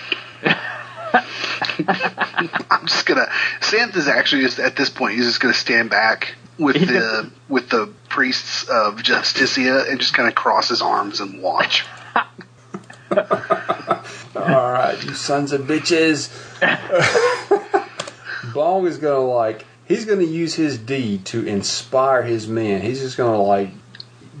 S6: I'm just gonna. Santh is actually just at this point. He's just gonna stand back with
S3: He's
S6: the with the priests of Justicia and just kind of cross his arms and watch.
S5: All right, you sons of bitches. Bong is gonna like he's gonna use his deed to inspire his men. He's just gonna like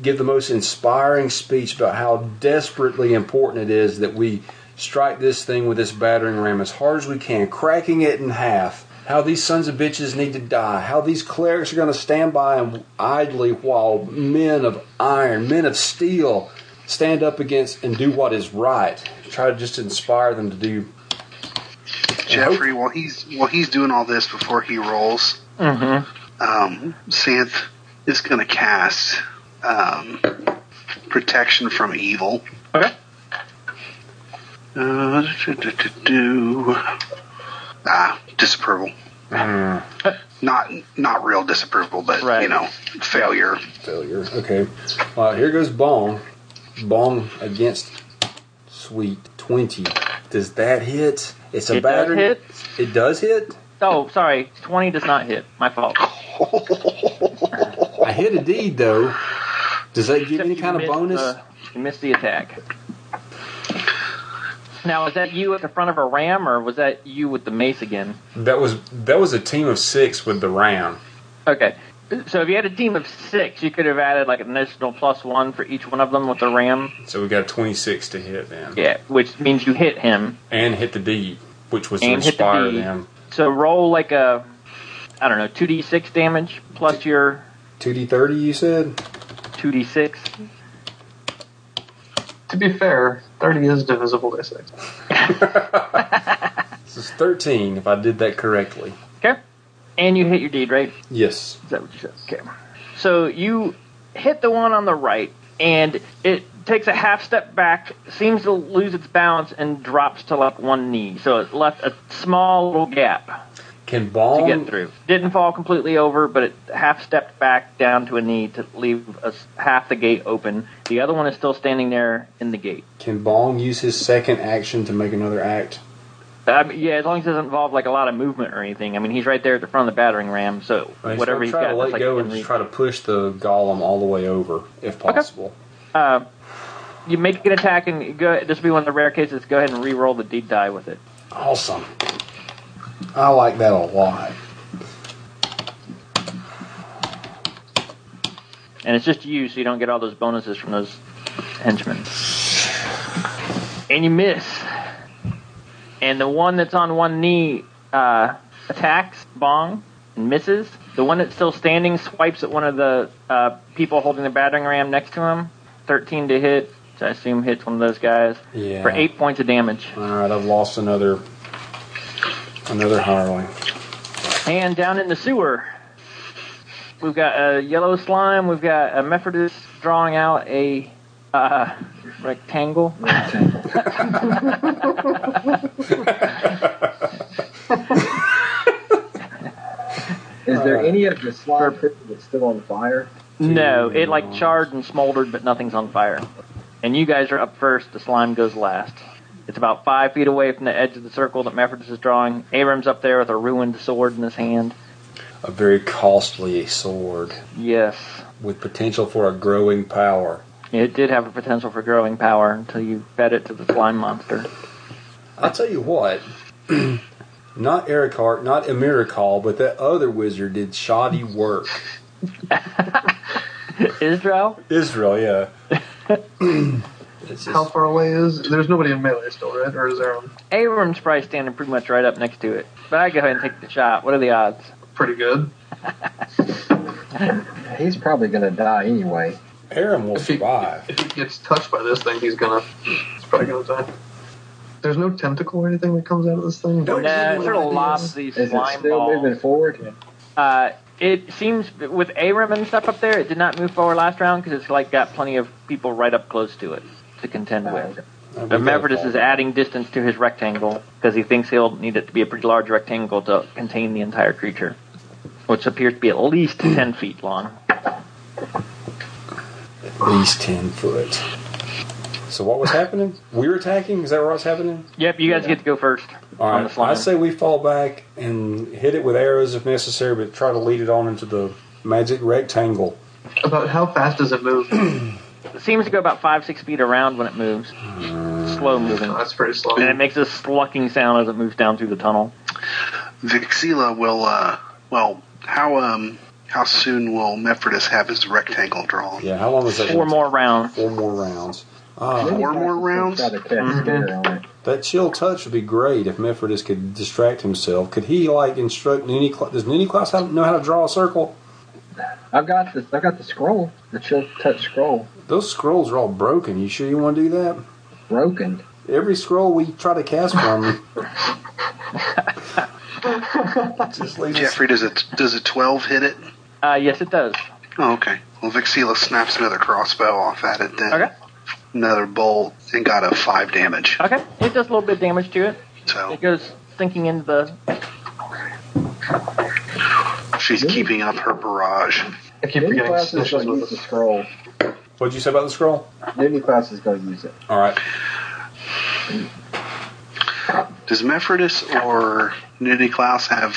S5: give the most inspiring speech about how desperately important it is that we strike this thing with this battering ram as hard as we can, cracking it in half. How these sons of bitches need to die. How these clerics are going to stand by and idly while men of iron, men of steel, stand up against and do what is right. Try to just inspire them to do.
S6: Jeffrey, while he's while he's doing all this before he rolls, um, Santh is gonna cast um, protection from evil.
S3: Okay.
S6: Uh, do, do, do, do. Ah, disapproval.
S5: mm,
S6: Not not real disapproval, but you
S3: Right.
S6: know, failure.
S5: Failure. Okay. All right, here goes Bong. Bong against Sweet 20. Does that hit? It's a
S3: It does
S5: battering.
S3: hit.
S5: It does hit?
S3: Oh, sorry. Twenty does not hit. My fault.
S5: I hit a deed, though. Does that give any
S3: You
S5: kind of
S3: missed
S5: bonus?
S3: The, you missed the attack. Now, is that you at the front of a ram, or was that you with the mace again?
S5: That was that was a team of six with the ram.
S3: Okay. So if you had a team of six, you could have added like an additional plus one for each one of them with the ram.
S5: So we got 26 to hit then.
S3: Yeah, which means you hit him.
S5: And hit the deed, which was
S3: And hit the deed. So roll like a, I don't know, two d six damage plus your
S5: 2d30, you said?
S3: two d six.
S7: To be fair, 30 is divisible by 6.
S5: This is 13, if I did that correctly.
S3: Okay. And you hit your deed, right?
S5: Yes.
S3: Is that what you said? Okay. So you hit the one on the right, and it takes a half step back, seems to lose its balance, and drops to like one knee. So it left a small little gap
S5: Can
S3: to
S5: Bong
S3: get through. Um, Didn't fall completely over, but it half stepped back down to a knee to leave us half the gate open. The other one is still standing there in the gate.
S5: Can Bong use his second action to make another act?
S3: I mean, yeah, as long as it doesn't involve like a lot of movement or anything. I mean, he's right there at the front of the battering ram, so whatever he's
S5: try
S3: got,
S5: to
S3: that's
S5: let
S3: like
S5: go
S3: in
S5: and
S3: reach.
S5: just try to push the golem all the way over, if possible.
S3: Uh, you make an attack and go. This will be one of the rare cases. Go ahead and re-roll the deed die with it.
S5: Awesome. I like that a lot.
S3: And it's just you, so you don't get all those bonuses from those henchmen. And you miss. And the one that's on one knee uh, attacks Bong and misses. The one that's still standing swipes at one of the uh, people holding the battering ram next to him. 13 to hit, which I assume hits one of those guys
S5: Yeah.
S3: for 8 points of damage.
S5: All right, I've lost another another hireling.
S3: And down in the sewer, we've got a yellow slime. We've got a Mephrodis drawing out a uh, rectangle.
S4: Is there any of the slime pit that's still on fire?
S3: No, it like charred and smoldered, but nothing's on fire. And you guys are up first. The slime goes last. It's about five feet away from the edge of the circle that Mephrodis is drawing. Abram's up there with a ruined sword in his hand.
S5: A very costly sword
S3: Yes,
S5: with potential for a growing power.
S3: it did have a potential for growing power until you fed it to the slime monster.
S5: I'll tell you what. Not Eric Hart, not Emiracol, but that other wizard did shoddy work.
S3: Israel?
S5: Israel, yeah. It's
S7: How
S5: just-
S7: far away is? There's nobody in melee still, right? Or is there? um,
S3: Abram's probably standing pretty much right up next to it. But I go ahead and take the shot. What are the odds?
S7: pretty good?
S4: He's probably going to die anyway.
S5: Aram will
S7: If he-
S5: survive.
S7: If he gets touched by this thing, he's gonna. He's probably gonna die. There's no tentacle or anything that comes out of this thing.
S5: No,
S3: Nah, sort of lob these
S4: Is it
S3: slime
S4: still moving
S3: balls.
S4: forward?
S3: Uh, it seems with Aram and stuff up there, it did not move forward last round because it's like got plenty of people right up close to it to contend with. But Mephrodis is adding distance to his rectangle because he thinks he'll need it to be a pretty large rectangle to contain the entire creature, which appears to be at least 10 feet long.
S5: at least ten foot. So what was happening? We were attacking. Is that what's happening?
S3: Yep, you guys get to go first
S5: All
S3: on the
S5: right.
S3: slime.
S5: I say we fall back and hit it with arrows if necessary, but try to lead it on into the magic rectangle.
S7: About how fast does it move? oh,
S3: It seems to go about 5 6 feet around when it moves. Slow moving.
S7: that's pretty slow.
S3: And it makes a slucking sound as it moves down through the tunnel.
S6: Vixila will. Uh, well, how um how soon will Mephrodis have his rectangle drawn?
S5: Yeah. How long is that?
S3: Four more rounds.
S5: Four more rounds.
S4: Maybe
S5: Ah,
S6: Four
S4: I
S6: more
S4: should
S6: rounds? Mm-hmm.
S4: Try to cast scare on it.
S5: that chill touch would be great if Mephrodis could distract himself. Could he like instruct Nini? Cla- Does Nini Klaus have- know how to draw a circle?
S4: I've got the I've got the scroll, the chill touch scroll,
S5: Those scrolls are all broken. You sure you want to do that?
S4: broken.
S5: Every scroll we try to cast from just leaves us-
S6: Jeffrey, does it does a twelve hit it?
S3: Uh, yes, it does.
S6: Oh, okay. Well, Vixila snaps another crossbow off at it then.
S3: Okay.
S6: Another bolt and got a five damage.
S3: Okay. It does a little bit of damage to it.
S6: So
S3: It goes sinking into the.
S6: she's keeping up her barrage.
S7: I keep
S4: Nudie
S7: forgetting
S4: Klaus is
S7: snitches
S4: going to
S7: with
S4: use the
S7: this.
S4: scroll.
S5: What'd you say about the scroll?
S4: Nudie Klaus is going to use it.
S5: All right.
S6: Does Mephrodis or Nudie Klaus have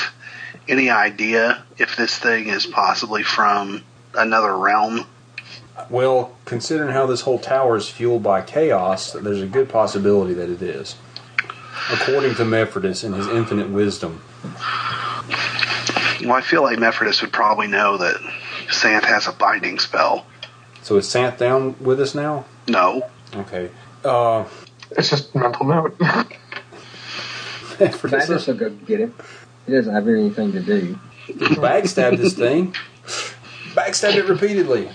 S6: any idea if this thing is possibly from another realm?
S5: Well, considering how this whole tower is fueled by chaos, there's a good possibility that it is. According to Mephrodis in his infinite wisdom.
S6: Well, I feel like Mephrodis would probably know that Santh has a binding spell.
S5: So is Santh down with us now?
S6: No.
S5: Okay. Uh,
S7: It's just mental note.
S5: Mephrodis
S4: Magnus
S5: is-
S4: will go get him. He doesn't have anything to do.
S5: backstabbed this thing. Backstabbed it repeatedly.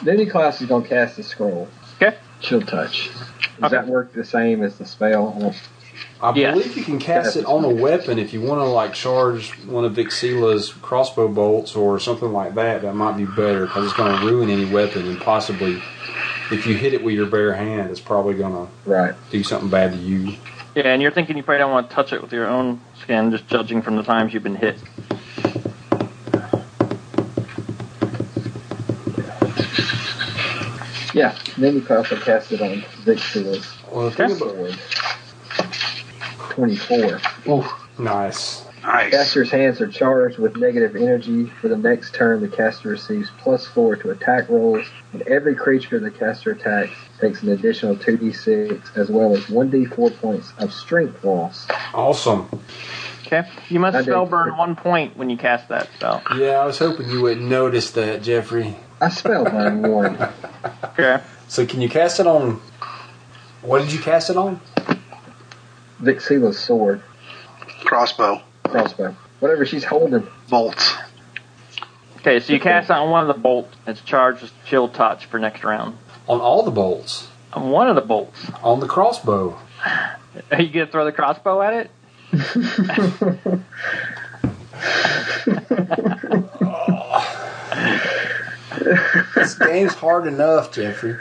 S4: Nudie Klaus is going to cast the scroll.
S3: Okay.
S4: Chill touch. Does
S3: Okay.
S4: that work the same as the spell? I don't-
S5: I
S3: Yes.
S5: believe you can cast it on a weapon if you want to like charge one of Vixila's crossbow bolts or something like that. That might be better because it's going to ruin any weapon and possibly if you hit it with your bare hand, it's probably going to
S4: Right.
S5: do something bad to you.
S3: Yeah, and you're thinking you probably don't want to touch it with your own skin, just judging from the times you've been hit.
S4: Yeah. Nudie Klaus will cast it on Vixila's
S5: Well, the thing about-
S4: sword. 24.
S5: nice.
S6: Nice.
S4: Caster's hands are charged with negative energy. For the next turn, the caster receives plus 4 to attack rolls, and every creature the caster attacks takes an additional 2d6 as well as 1d4 points of strength loss.
S5: Awesome.
S3: Okay. You must
S4: I did.
S3: spell burn one point when you cast that spell.
S5: Yeah, I was hoping you wouldn't notice that, Jeffrey.
S4: I spelled mine one.
S3: Okay.
S5: So can you cast it on? What did you cast it on?
S4: Vixila's sword,
S6: Crossbow.
S4: crossbow, whatever she's holding.
S6: Bolts.
S3: Okay, so you cast on one of the bolts. It's charged with chill touch for next round.
S5: On all the bolts.
S3: On one of the bolts.
S5: On the crossbow.
S3: Are you going to throw the crossbow at it?
S5: this game's hard enough, Jeffrey.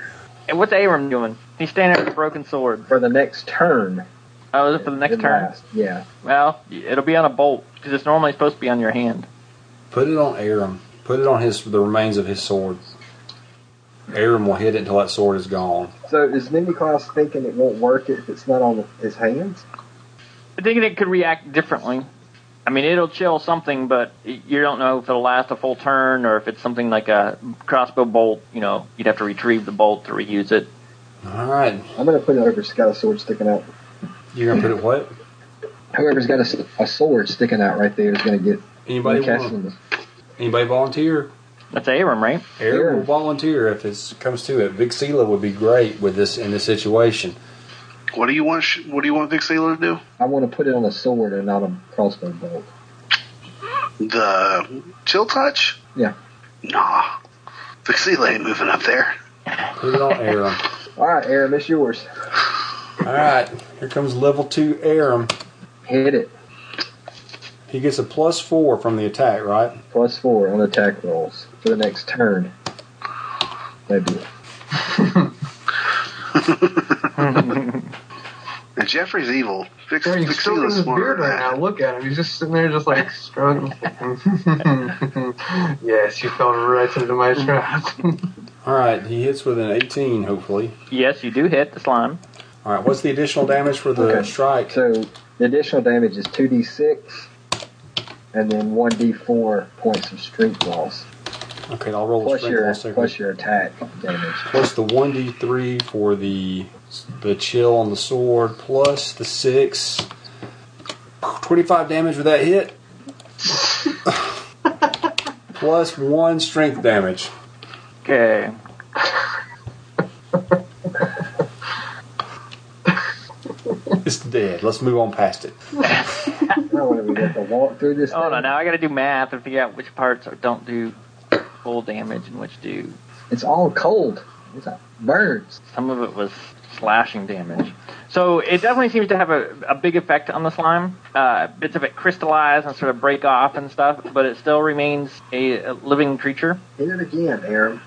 S3: And what's Aram doing? He's standing with a broken sword.
S4: For the next turn.
S3: Oh, is it for the next
S4: Good
S3: turn?
S4: last, Yeah.
S3: Well, it'll be on a bolt because it's normally supposed to be on your hand.
S5: Put it on Aram. Put it on his the remains of his sword. Aram will hit it until that sword is gone.
S4: So is Nimiklas thinking it won't work if it's not on his hands?
S3: I'm thinking it could react differently. I mean, it'll chill something, but y- you don't know if it'll last a full turn or if it's something like a crossbow bolt. You know, you'd have to retrieve the bolt to reuse it.
S5: All right,
S4: I'm going to put it over Scott's sword sticking out.
S5: you're gonna put it what?
S4: Whoever's got a, s- a sword sticking out right there is going to get
S5: Anybody
S4: the cast
S5: want,
S4: in the-
S5: anybody volunteer?
S3: That's Aram, right?
S5: Eric will volunteer if it comes to it. Big Sela would be great with this in this situation.
S6: What do you want? sh- What do you want Vic Sailor to do?
S4: I want to put it on a sword and not a crossbow bolt.
S6: The chill touch?
S4: Yeah.
S6: Nah. Vic Sailor ain't moving up there.
S5: Put it on Aram.
S4: All right, Aram, it's yours.
S5: All right, here comes level two Aram.
S4: Hit it.
S5: He gets a plus four from the attack, right?
S4: Plus four on attack rolls for the next turn. Maybe.
S6: And Jeffrey's evil. Vic,
S7: Yeah,
S6: Vic
S7: he's still in
S6: Sela's
S7: his
S6: smarter
S7: beard
S6: than
S7: right
S6: that.
S7: now. Look at him. He's just sitting there, just like struggling. yes, you fell right into my trap.
S5: All right, he hits with an 18, hopefully.
S3: Yes, you do hit the slime.
S5: All right, what's the additional damage for the
S4: Okay.
S5: strike?
S4: So the additional damage is 2d6 and then 1d4 points of streak loss.
S5: Okay, I'll roll a
S4: Plus
S5: strength
S4: your,
S5: loss
S4: plus
S5: second.
S4: your attack damage.
S5: Plus the 1d3 for the the chill on the sword, plus the 6. 25 damage with that hit. plus 1 strength damage.
S3: Okay.
S5: It's dead. Let's move on past it.
S4: Now what do we get to walk through this
S3: Hold
S4: thing?
S3: on, now I gotta do math and figure out which parts are- don't do full damage and which do.
S4: It's all cold. It's like birds.
S3: Some of it was slashing damage. So it definitely seems to have a, a big effect on the slime. Uh, bits of it crystallize and sort of break off and stuff, but it still remains a, a living creature.
S4: Hit it again, Aaron.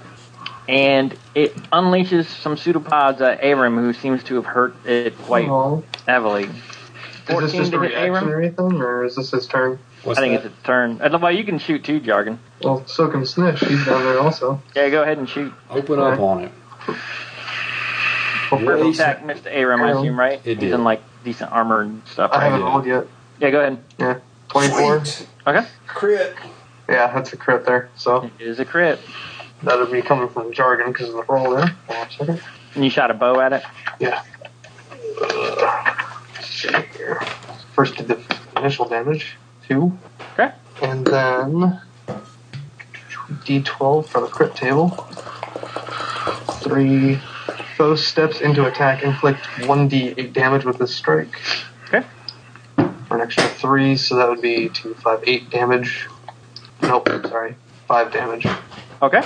S3: And it unleashes some pseudopods at Aram, who seems to have hurt it quite
S7: Aw.
S3: heavily.
S7: Oh. Is this
S3: 14
S7: just
S3: to
S7: a
S3: hit
S7: reaction
S3: Aram?
S7: or anything, or is this his turn?
S5: What's
S3: I think
S5: that?
S3: it's its turn. Uh, Well, you can shoot too, Jargon.
S7: Well, so can Snish. He's down there also.
S3: Yeah, go ahead and shoot.
S5: Open up on it.
S3: First
S5: Really?
S3: attack missed Aram, I assume, right?
S5: It
S3: He's
S5: did.
S3: in like decent armor and stuff.
S7: I
S3: Right?
S7: haven't rolled yet.
S3: Yeah, go ahead.
S7: Yeah, 24.
S5: Sweet.
S3: Okay.
S5: Crit.
S7: Yeah, that's a crit there. So
S3: It is a crit.
S7: that'll be coming from Jargon because of the roll there. Hold on a second.
S3: And you shot a bow at it.
S7: Yeah. see here. First did the initial damage, two.
S3: Okay.
S7: And then d12 for the crit table. Three. Foe steps into attack, inflict 1d8 damage with this strike.
S3: Okay.
S7: For an extra three, so that would be two, five, eight damage. Nope, sorry, five damage.
S3: Okay.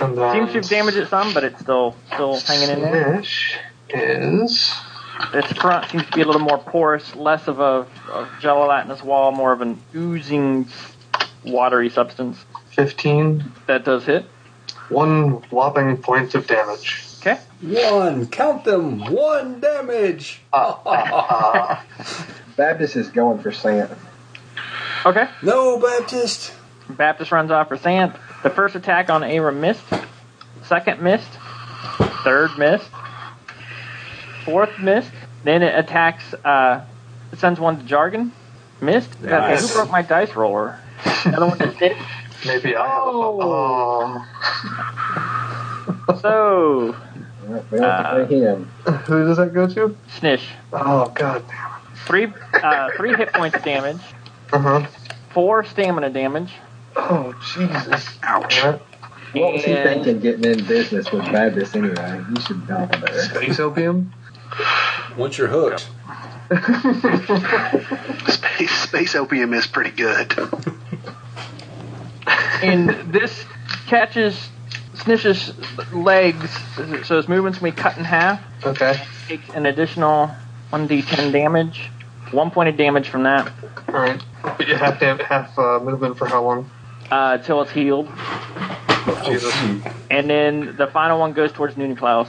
S7: And then
S3: Seems to have damaged it some, but it's still still hanging in there.
S7: Smash is
S3: Its front seems to be a little more porous, less of a, a gelatinous wall, more of an oozing, watery substance.
S7: 15
S3: That does hit.
S7: One whopping point of damage.
S3: Okay.
S5: One. Count them. One damage.
S7: Ah,
S4: Baptist is going for sand.
S3: Okay.
S5: No, Baptist.
S3: Baptist runs off for sand. The first attack on Aram missed. Second missed. Third missed. Fourth missed. Then it attacks, uh, it sends one to Jargon. Missed. Okay,
S5: Nice.
S3: who broke my dice roller? Another one just hit.
S7: maybe I have a. Oh.
S3: So,
S4: All right, we have
S3: Uh,
S4: to play him.
S7: Who does that go to?
S3: Snish.
S7: Oh, god damn.
S3: Three, uh, three hit points of damage.
S7: Uh
S3: Uh-huh.
S7: huh.
S3: Four stamina damage.
S7: Oh, Jesus.
S6: Ouch.
S7: Damn it.
S4: What was he
S3: and-
S4: thinking getting in business with Baptist anyway? You should know better.
S7: Space opium?
S5: Once you're hooked.
S6: Space, space opium is pretty good.
S3: and this catches Snish's legs, so his movements can be cut in half.
S7: Okay.
S3: takes an additional 1d10 damage. One point of damage from that
S7: Alright. But you have to have half uh, movement for how long?
S3: uh, till it's healed.
S7: Jesus.
S3: And then the final one goes towards Noonie Klaus.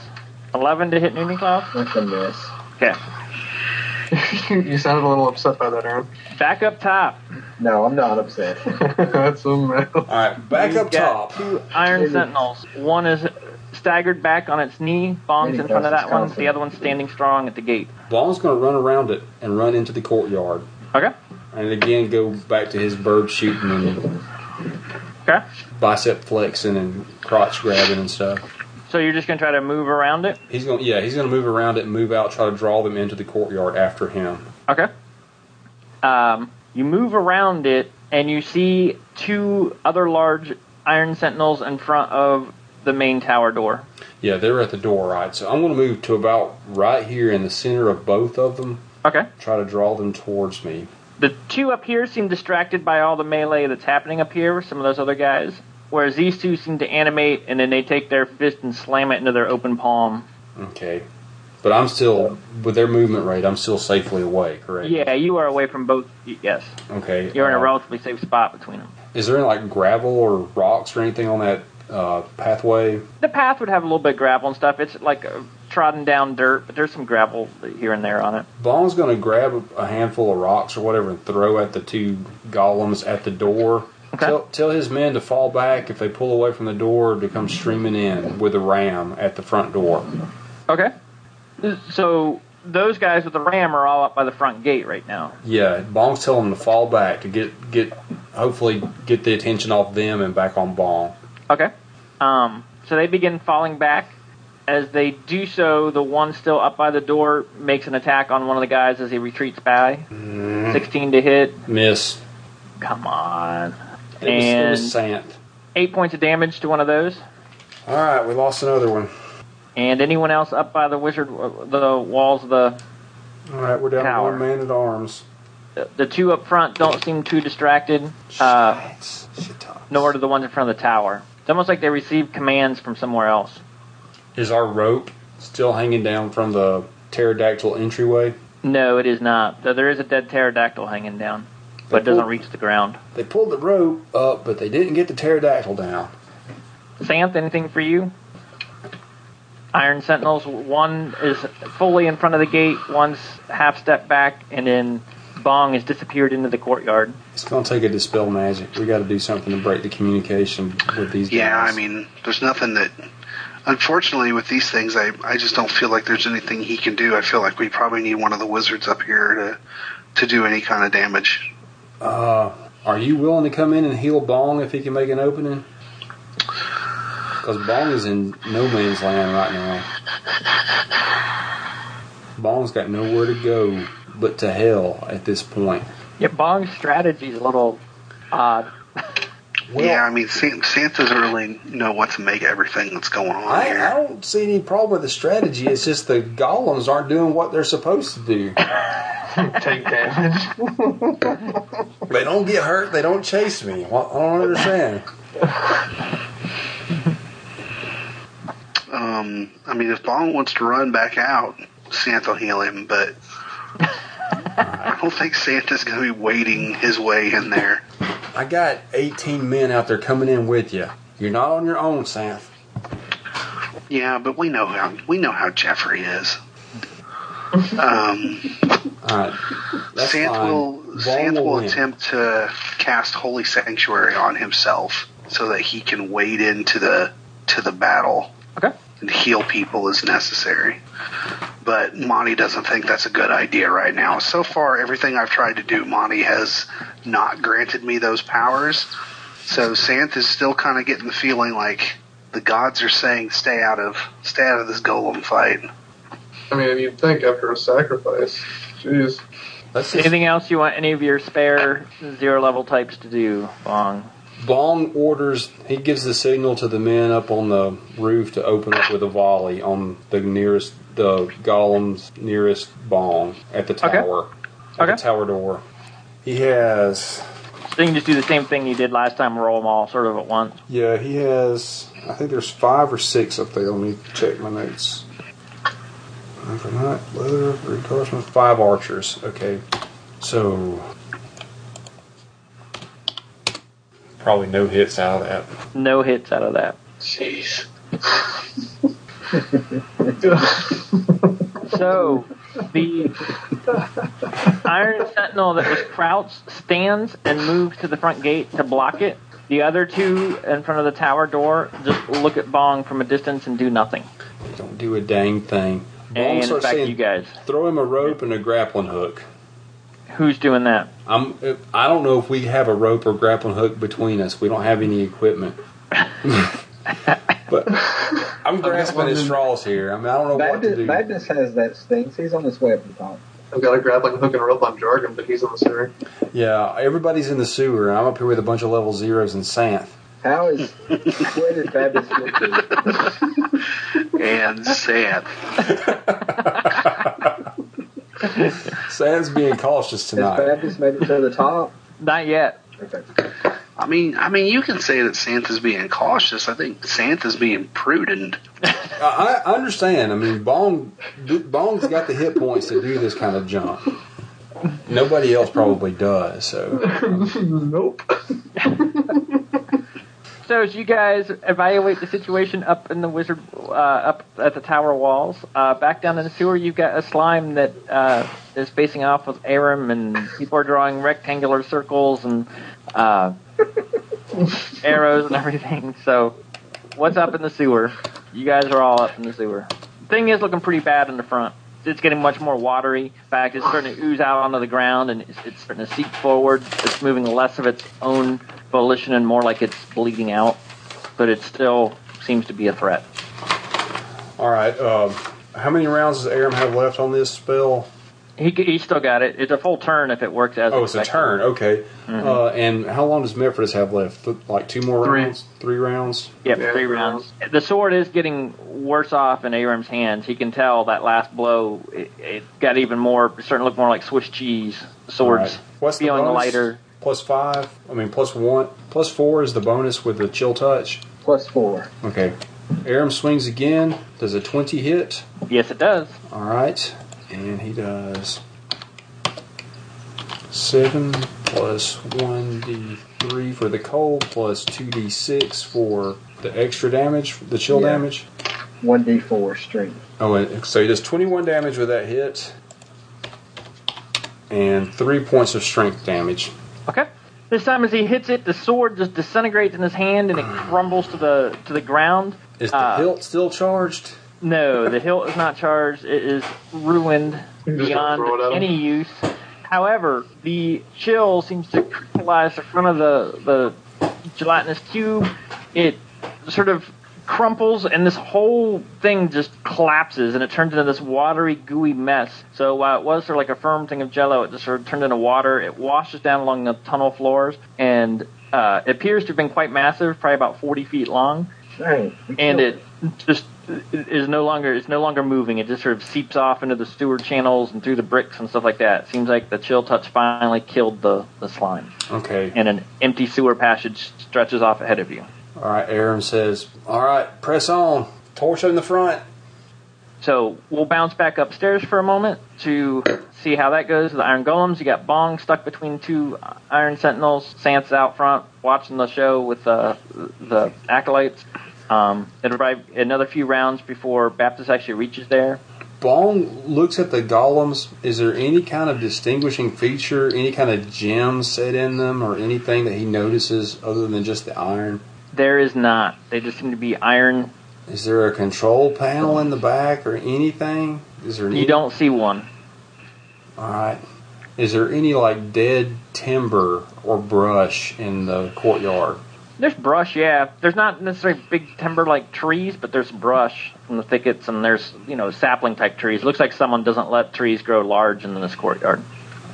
S3: 11 to hit Noonie Klaus.
S4: That's a miss.
S3: Okay.
S7: you sounded a little upset by that, Aaron.
S3: Back up top.
S4: No, I'm not upset.
S7: That's a mess.
S5: All right, back
S3: We've
S5: up
S3: got
S5: top.
S3: Two Iron Sentinels. One is staggered back on its knee, bongs in front of that one. The other one's standing strong at the gate.
S5: Vaughn's going to run around it and run into the courtyard,
S3: Okay.
S5: and again go back to his bird shooting and
S3: Okay.
S5: bicep flexing and crotch grabbing and stuff.
S3: So you're just going to try to move around it?
S5: He's going, to yeah, he's going to move around it, move out, try to draw them into the courtyard after him.
S3: Okay. Um, you move around it, and you see two other large Iron Sentinels in front of the main tower door.
S5: Yeah, they're at the door, right? So I'm going to move to about right here in the center of both of them.
S3: Okay.
S5: Try to draw them towards me.
S3: The two up here seem distracted by all the melee that's happening up here with some of those other guys, whereas these two seem to animate and then they take their fist and slam it into their open palm.
S5: Okay. But I'm still, with their movement rate, I'm still safely away, correct?
S3: Yeah, you are away from both. Yes,
S5: Okay.
S3: you're in a
S5: uh,
S3: relatively safe spot between them.
S5: Is there any, like, gravel or rocks or anything on that uh, pathway?
S3: The path would have a little bit of gravel and stuff. It's like uh, trodden down dirt, but there's some gravel here and there on it.
S5: Bong's going to grab a handful of rocks or whatever and throw at the two golems at the door.
S3: Okay.
S5: Tell, tell his men to fall back if they pull away from the door to come streaming in with a ram at the front door.
S3: Okay. So those guys with the ram are all up by the front gate right now.
S5: Yeah, Bong's telling them to fall back to get get hopefully get the attention off them and back on Bong.
S3: Okay. Um, so they begin falling back. As they do so, the one still up by the door makes an attack on one of the guys as he retreats by. 16 to hit.
S5: Miss.
S3: Come on.
S5: It was, it
S3: And-
S5: was Sant.
S3: Eight points of damage to one of those.
S5: All right, we lost another one.
S3: And anyone else up by the wizard, uh, the walls of the
S5: All right, we're down
S3: Power.
S5: to one man at arms.
S3: the two up front don't seem too distracted, uh,
S5: Shit. Shit talks.
S3: nor do the ones in front of the tower. It's almost like they receive commands from somewhere else.
S5: Is our rope still hanging down from the pterodactyl entryway?
S3: No, it is not. Though there is a dead pterodactyl hanging down, but it doesn't reach the ground.
S5: They pulled the rope up, but they didn't get the pterodactyl down.
S3: Santh, anything for you? Iron Sentinels, one is fully in front of the gate, one's half step back, and then Bong has disappeared into the courtyard.
S5: It's gonna take a dispel magic. We got to do something to break the communication with these
S6: Yeah,
S5: guys.
S6: I mean, there's nothing that. Unfortunately, with these things, I, I just don't feel like there's anything he can do. I feel like we probably need one of the wizards up here to to do any kind of damage.
S5: Uh, are you willing to come in and heal Bong if he can make an opening? Because Bong is in no man's land right now. Bong's got nowhere to go but to hell at this point.
S3: Yeah, Bong's strategy's a little uh, odd.
S6: yeah, I mean, Sam, Sam doesn't really know what to make of everything that's going on
S5: I, I
S6: here.
S5: don't see any problem with the strategy. It's just the golems aren't doing what they're supposed to do.
S7: Take damage.
S5: They don't get hurt. They don't chase me. Well, I don't understand.
S6: Um, I mean, if Bong wants to run back out, Santa will heal him, but I don't think Santa's going to be wading his way in there.
S5: I got 18 men out there coming in with you. You're not on your own, Santh.
S6: Yeah, but we know how we know how Jeffrey is. Um,
S5: All right. That's
S6: Santh
S5: fine.
S6: will
S5: Vaughn
S6: Santh will
S5: win.
S6: attempt to cast Holy Sanctuary on himself so that he can wade into the to the battle
S3: Okay.
S6: and heal people as necessary. But Monty doesn't think that's a good idea right now. So far, everything I've tried to do, Monty has not granted me those powers. So Santh is still kind of getting the feeling like the gods are saying, "Stay out of, stay out of this golem fight."
S7: I mean, you'd think after a sacrifice. Jeez.
S5: Let's just
S3: Anything else you want any of your spare zero level types to do, Bong?
S5: Bong orders, he gives the signal to the men up on the roof to open up with a volley on the nearest, the golem's nearest bong at the
S3: Okay.
S5: tower. At
S3: Okay.
S5: the tower door. He has,
S3: So you can just do the same thing you did last time, roll them all sort of at once.
S5: yeah, he has, I think there's five or six up there. Let me check my notes. Overnight, leather, reinforcement, five archers. Okay. So,
S8: Probably no hits out of that.
S3: No hits out of that.
S7: Jeez.
S3: So the Iron Sentinel that was crouched stands and moves to the front gate to block it. The other two in front of the tower door just look at Bong from a distance and do nothing.
S5: don't do a dang thing. Bong
S3: And in
S5: starts
S3: fact,
S5: saying,
S3: you guys,
S5: throw him a rope and a grappling hook.
S3: who's doing that?
S5: I'm. I don't know if we have a rope or grappling hook between us. We don't have any equipment. but I'm grasping at straws here. I mean, I don't know what to
S4: Magnus,
S5: do.
S4: Magnus has that sting. so He's on his way up the top.
S7: I've got a grappling hook and rope on Jargon, but he's on the sewer.
S5: Yeah, everybody's in the sewer. I'm up here with a bunch of level zeros and Santh.
S4: How is where did Baptist victory?
S6: and Santh.
S5: Sam's being
S4: Has
S5: cautious tonight.
S4: Baptist made it to the top?
S3: Not yet.
S4: Okay.
S6: I mean, I mean, you can say that Santa's being cautious. I think Santa's being prudent.
S5: I, I understand. I mean, Bong Bong's got the hit points to do this kind of jump. Nobody else probably does. So
S7: Nope.
S3: So as you guys evaluate the situation up in the wizard, uh, up at the tower walls, uh, back down in the sewer, you've got a slime that uh, is facing off with Aram, and people are drawing rectangular circles and uh, arrows and everything. So what's up in the sewer? You guys are all up in the sewer. Thing is looking pretty bad in the front. It's getting much more watery. In fact, it's starting to ooze out onto the ground, and it's, it's starting to seep forward. It's moving less of its own volition and more like it's bleeding out, but it still seems to be a threat.
S5: all right, um, how many rounds does Aram have left on this spell?
S3: He he still got it. It's a full turn if it works as.
S5: Oh, it's a
S3: expected.
S5: turn. Okay. Uh, and how long does Memphis have left? Th- Like two more
S6: Three.
S5: rounds? Three rounds?
S3: Yep,
S7: Yeah,
S3: three
S7: three
S3: rounds. The sword is getting worse off in Aram's hands. He can tell that last blow. It, it got even more. It's starting to look more like Swiss cheese
S5: All
S3: swords.
S5: right. What's the
S3: feeling
S5: bonus?
S3: lighter?
S5: Plus five. I mean, plus one. Plus four is the bonus with the chill touch.
S4: Plus four.
S5: Okay. Aram swings again. Does a twenty hit?
S3: Yes, it does.
S5: All right, and he does seven plus one d three for the cold, plus two d six for the extra damage, the chill
S4: Yeah.
S5: damage.
S4: One D four strength.
S5: Oh, and so he does twenty one damage with that hit, and three points of strength damage.
S3: Okay. This time, as he hits it, the sword just disintegrates in his hand and it crumbles to the to the ground.
S5: Is the
S3: Ah.
S5: hilt still charged?
S3: No, the hilt is not charged. It is ruined
S7: You just throw it at
S3: beyond
S7: him.
S3: any use. However, the chill seems to crystallize the front of the, the gelatinous cube. It sort of crumples, and this whole thing just collapses, and it turns into this watery, gooey mess. So while it was sort of like a firm thing of jello, it just sort of turned into water. It washes down along the tunnel floors, and uh, it appears to have been quite massive, probably about 40 feet long
S4: Dang. we
S3: and
S4: killed
S3: it just is no longer it's no longer moving. It just sort of seeps off into the sewer channels and through the bricks and stuff like that. seems like the chill touch finally killed the, the slime,
S5: Okay.
S3: and an empty sewer passage stretches off ahead of you.
S5: All right. Aram says, "All right, press on. Torch in the front."
S3: So we'll bounce back upstairs for a moment to see how that goes. The Iron Golems, you got Bong stuck between two Iron Sentinels. Sans out front watching the show with uh, the acolytes. Um, it'll probably be another few rounds before Baptist actually reaches there.
S5: Bong looks at the golems. Is there any kind of distinguishing feature, any kind of gem set in them, or anything that he notices other than just the iron?
S3: There is not. They just seem to be iron.
S5: Is there a control panel in the back or anything? Is there
S3: You don't see one.
S5: All right. Is there any like dead timber or brush in the courtyard?
S3: There's brush, yeah. There's not necessarily big timber like trees, but there's brush in the thickets and there's, you know, sapling type trees. Looks like someone doesn't let trees grow large in this courtyard.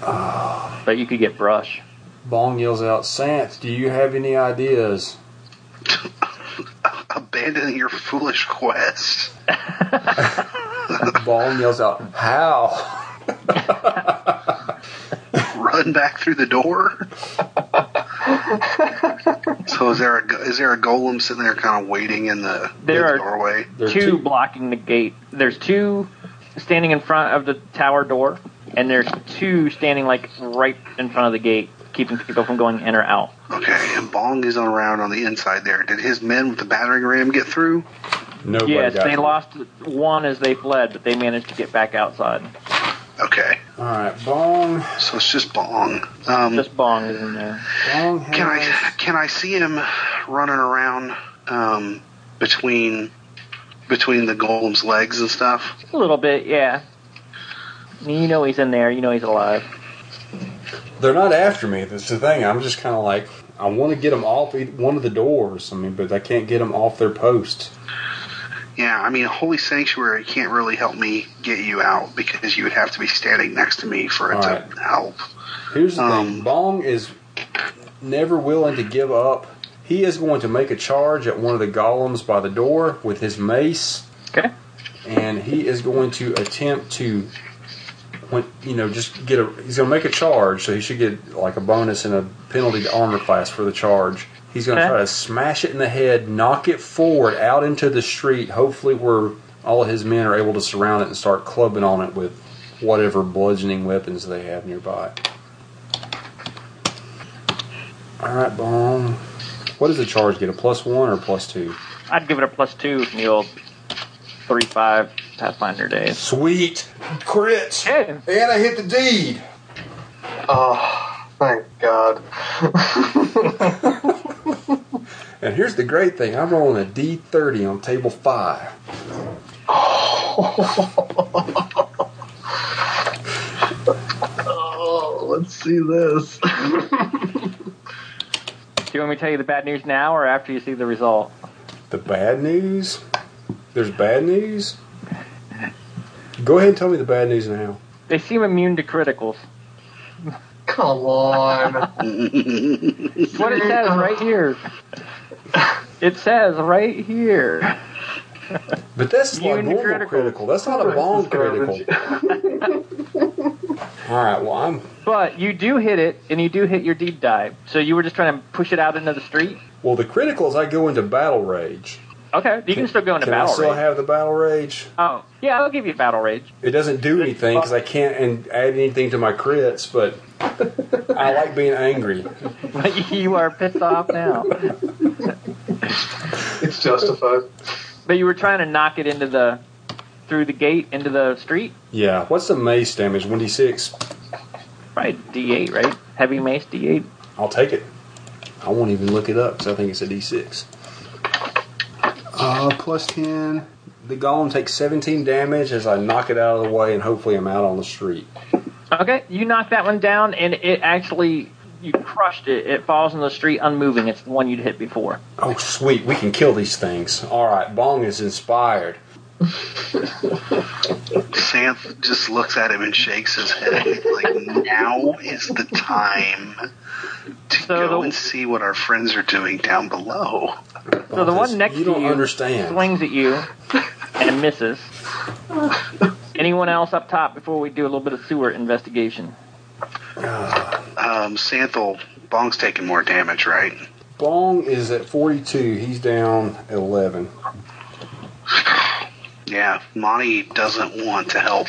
S5: Ah.
S3: But you could get brush.
S5: Bong yells out, "Santh, do you have any ideas?"
S6: Abandon your foolish quest.
S5: Bong yells out, "How?"
S6: Run back through the door. so is there a is there a golem sitting there kind of waiting in the,
S3: There
S6: in
S3: are-
S6: the doorway?
S5: There are
S3: two, blocking the gate. There's two standing in front of the tower door, and there's two standing like right in front of the gate, keeping people from going in or out.
S6: Okay, and Bong is on around on the inside there. Did his men with the battering ram get through?
S5: Nobody
S3: yes,
S5: got
S3: they
S5: them.
S3: lost one as they fled, but they managed to get back outside.
S6: Okay,
S5: All right, Bong.
S6: so it's just Bong. Um,
S3: Just Bong is in there.
S5: Bong has.
S6: Can I can I see him running around um, between between the golem's legs and stuff?
S3: A little bit, yeah. You know he's in there. You know he's alive.
S5: They're not after me. That's the thing. I'm just kind of like, I want to get them off eith- one of the doors. I mean, but I can't get them off their post.
S6: Yeah, I mean, holy sanctuary can't really help me get you out because you would have to be standing next to me for it
S5: All
S6: to help.
S5: Here's the
S6: Um,
S5: thing: Bong is never willing to give up He is going to make a charge at one of the golems by the door with his mace,
S3: Okay.
S5: and he is going to attempt to, when you know, just get a. He's going to make a charge, so he should get like a bonus and a penalty to armor class for the charge. He's going to
S3: Okay.
S5: try to smash it in the head, knock it forward out into the street. Hopefully, where all of his men are able to surround it and start clubbing on it with whatever bludgeoning weapons they have nearby. All right, bomb. What does the charge get? A plus one or plus two?
S3: I'd give it a plus two in the old three five Pathfinder days.
S5: Sweet crits.
S3: Okay.
S5: And I hit the deed.
S7: Oh, thank God.
S5: And here's the great thing: I'm rolling a D30 on table five.
S6: Oh, let's see this.
S3: Do you want me to tell you the bad news now or after you see the result?
S5: The bad news. There's bad news. Go ahead and tell me the bad news now.
S3: They seem immune to criticals.
S7: Come on.
S3: It's what it says right here. It says right here.
S5: But that's
S3: You
S5: like
S3: and the
S5: normal critical.
S3: critical.
S5: That's not a bomb critical. All right. Well, I'm.
S3: But you do hit it, and you do hit your deep dive. So you were just trying to push it out into the street.
S5: Well, the criticals I go into battle rage.
S3: Okay, you can, still go into
S5: Can
S3: battle
S5: I still
S3: rage.
S5: have the battle rage?
S3: oh, yeah, I'll give you battle rage.
S5: It doesn't do anything because I can't and add anything to my crits, but I like being angry.
S3: But you are pissed off now.
S7: it's justified.
S3: But you were trying to knock it into the through the gate into the street.
S5: Yeah. What's the mace damage? One d six.
S3: Right, D8, right? Heavy mace D8.
S5: I'll take it. I won't even look it up because I think it's a D six. Uh, plus ten. The golem takes seventeen damage as I knock it out of the way, and hopefully I'm out on the street.
S3: Okay, you knock that one down, and it actually you crushed it. It falls in the street unmoving. It's the one you'd hit before.
S5: Oh, sweet. We can kill these things. All right. Bong is inspired.
S6: Santh just looks at him and shakes his head. Like, now is the time to
S3: So
S6: go
S3: the-
S6: and see what our friends are doing down below.
S3: So the one next
S5: you don't
S3: to you
S5: understand.
S3: swings at you and misses. Anyone else up top before we do a little bit of sewer investigation?
S6: Um, Santhel, Bong's taking more damage, right?
S5: Bong is at 42. He's down 11.
S6: Yeah, Monty doesn't want to help.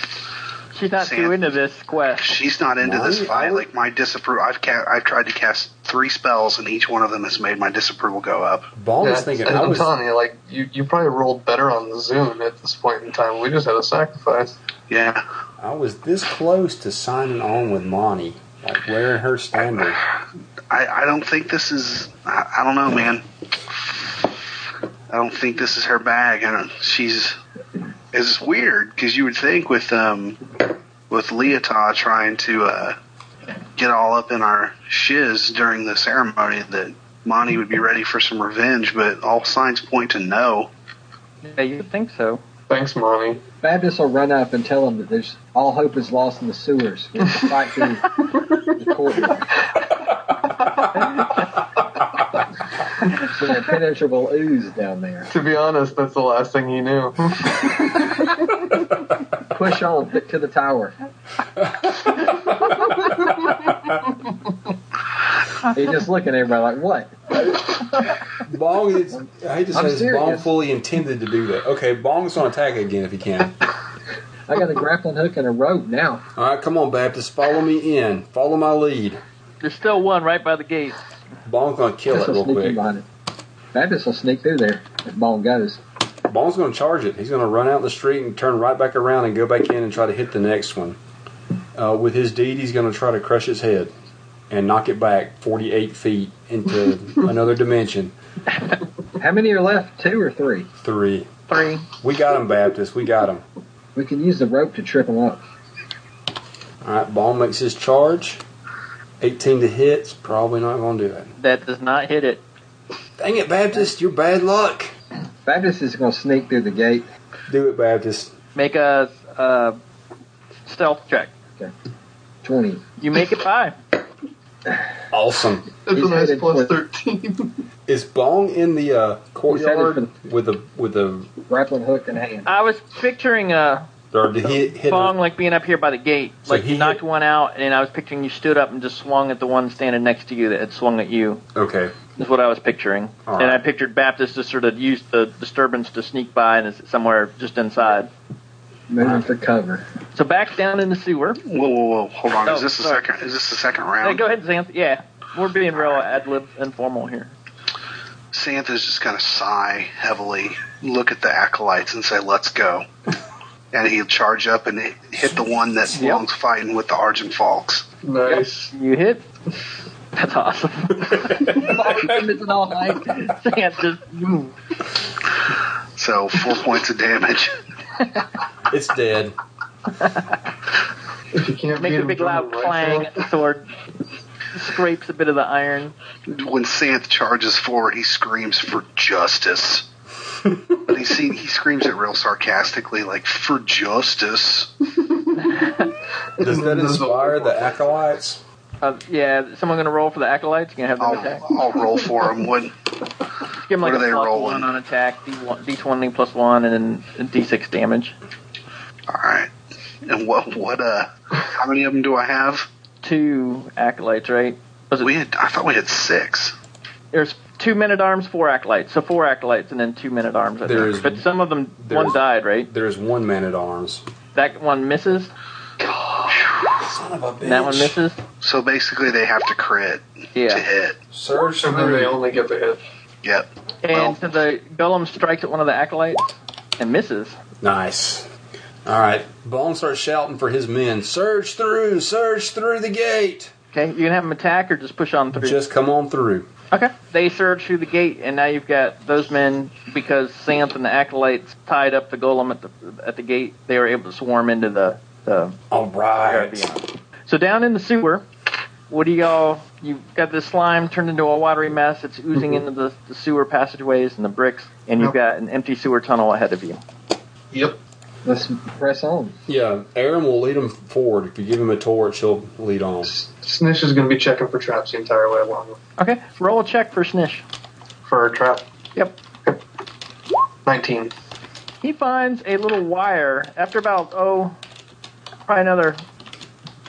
S3: She's not too
S6: Sam.
S3: into this quest.
S6: She's not into this
S5: Monty,
S6: fight.
S5: I-
S6: Like my disapproval, I've ca- I've tried to cast three spells, and each one of them has made my disapproval go up.
S5: Bong
S7: Yeah,
S5: is thinking,
S7: and
S5: I
S7: I'm
S5: was,
S7: telling you, like, you, you probably rolled better on Zoom at this point in time. We just had a sacrifice.
S6: Yeah,
S5: I was this close to signing on with Monty, like wearing her standard.
S6: I, I don't think this is. I, I don't know, man. I don't think this is her bag. I don't. She's. It's weird because you would think with um with Leotah trying to uh, get all up in our shiz during the ceremony that Monty would be ready for some revenge, but all signs point to no.
S3: Yeah, you would think so.
S7: Thanks, Monty.
S4: Baptist will run up and tell him that there's all hope is lost in the sewers. We have to fight through the courtyard. It's an impenetrable ooze down there.
S7: To be honest, that's the last thing he knew.
S4: Push on to the tower. He's just looking at everybody like, what?
S5: Bong is, I hate to say
S4: I'm
S5: this, Bong
S4: serious.
S5: fully intended to do that. Okay, Bong's going to attack again if he can.
S4: I got a grappling hook and a rope now.
S5: All right, come on, Baptist. Follow me in. Follow my lead.
S3: There's still one right by the gate.
S5: Bong's going to kill
S4: Baptist will
S5: it real
S4: sneak in
S5: quick.
S4: behind it. Baptist will sneak through there if Bone goes.
S5: Bong's going to charge it. He's going to run out in the street and turn right back around and go back in and try to hit the next one. Uh, with his deed, he's going to try to crush his head and knock it back 48 feet into another dimension.
S4: How many are left? Two or three?
S5: Three.
S3: Three.
S5: We got him, Baptist. We got him.
S4: We can use the rope to trip him up.
S5: All right, Bong makes his charge. 18 to hit. It's probably not going to do it.
S3: That does not hit it.
S5: Dang it, Baptist. You're bad luck.
S4: Baptist is going to sneak through the gate.
S5: Do it, Baptist.
S3: Make a uh, stealth check.
S4: 20.
S3: You make it by.
S5: Awesome.
S7: That's
S4: He's
S7: a nice
S4: headed
S7: plus
S4: for-
S7: 13.
S5: Is Bong in the uh, courtyard
S4: been-
S5: with the with the
S4: Grappling hook in hand.
S3: I was picturing uh,
S5: or did he hit?
S3: Fong like being up here by the gate.
S5: So
S3: like
S5: he
S3: you knocked
S5: hit-
S3: one out, and I was picturing you stood up and just swung at the one standing next to you that had swung at you.
S5: Okay,
S3: Is what I was picturing,
S5: All
S3: and I
S5: right.
S3: pictured Baptist just sort of used the disturbance to sneak by and is somewhere just inside.
S4: Moving for cover.
S3: So back down in the sewer.
S6: Whoa, whoa, whoa! Hold on.
S3: Oh,
S6: is this the
S3: sorry.
S6: second? Is this the second
S3: Hey,
S6: round?
S3: go ahead, Xanth. Yeah, we're being real ad lib informal here.
S6: Santa's just going to sigh heavily, look at the acolytes, and say, "Let's go." and he'll charge up and hit- hit the one that
S3: Yep.
S6: belongs fighting with the Argent Falks.
S7: Nice.
S3: You hit. That's awesome.
S4: all night.
S3: Xanth just boom.
S6: So four points of damage.
S5: it's dead.
S7: If you can't
S3: makes
S7: beat
S3: a big
S7: him,
S3: loud
S7: do it
S3: clang.
S7: right,
S3: Sword scrapes a bit of the iron.
S6: When Santh charges forward, he screams for justice. but he see, he screams it real sarcastically, like for justice.
S5: Does that inspire the acolytes?
S3: Uh, yeah, someone gonna roll for the acolytes. Gonna have them
S6: I'll,
S3: attack.
S6: I'll roll for him. Would
S3: Give him like
S6: what
S3: a
S6: Oh, are they
S3: plus
S6: rolling?
S3: one on attack, D1, d20 plus one, and then d6 damage.
S6: all right. And what what uh? How many of them do I have?
S3: Two acolytes, right? Was it?
S6: We had I thought we had six.
S3: there's two men at arms, four acolytes. So four acolytes, and then two men at arms. I
S5: There
S3: think.
S5: is-
S3: but some of them,
S5: there
S3: one
S5: is-
S3: died, right?
S5: There is one man at arms.
S3: That one misses.
S5: Son of a bitch.
S3: And that one misses.
S6: So basically, they have to crit to
S3: Yeah.
S6: hit.
S5: Surge
S7: So then they
S5: through.
S7: only get the hit.
S6: Yep. Well-
S3: And so the golem strikes at one of the acolytes and misses.
S5: Nice. All right. Bone starts shouting for his men. Surge through. Surge through the gate.
S3: Okay, you can have them attack or just push on through.
S5: Just come on through.
S3: Okay. They surge through the gate, and now you've got those men because Santh and the acolytes tied up the golem at the at the gate. They were able to swarm into the the
S5: All right.
S3: So down in the sewer, what do y'all? You've got this slime turned into a watery mess. It's oozing into the, the sewer passageways and the bricks, and you've got an empty sewer tunnel ahead of you.
S7: Yep.
S4: Let's press on.
S5: Yeah, Aaron will lead him forward. If you give him a torch, he'll lead on.
S7: S- Snitch is going to be checking for traps the entire way along
S3: Okay, roll a check for Snish.
S7: for a trap.
S3: Yep.
S7: 19.
S3: He finds a little wire after about oh, probably another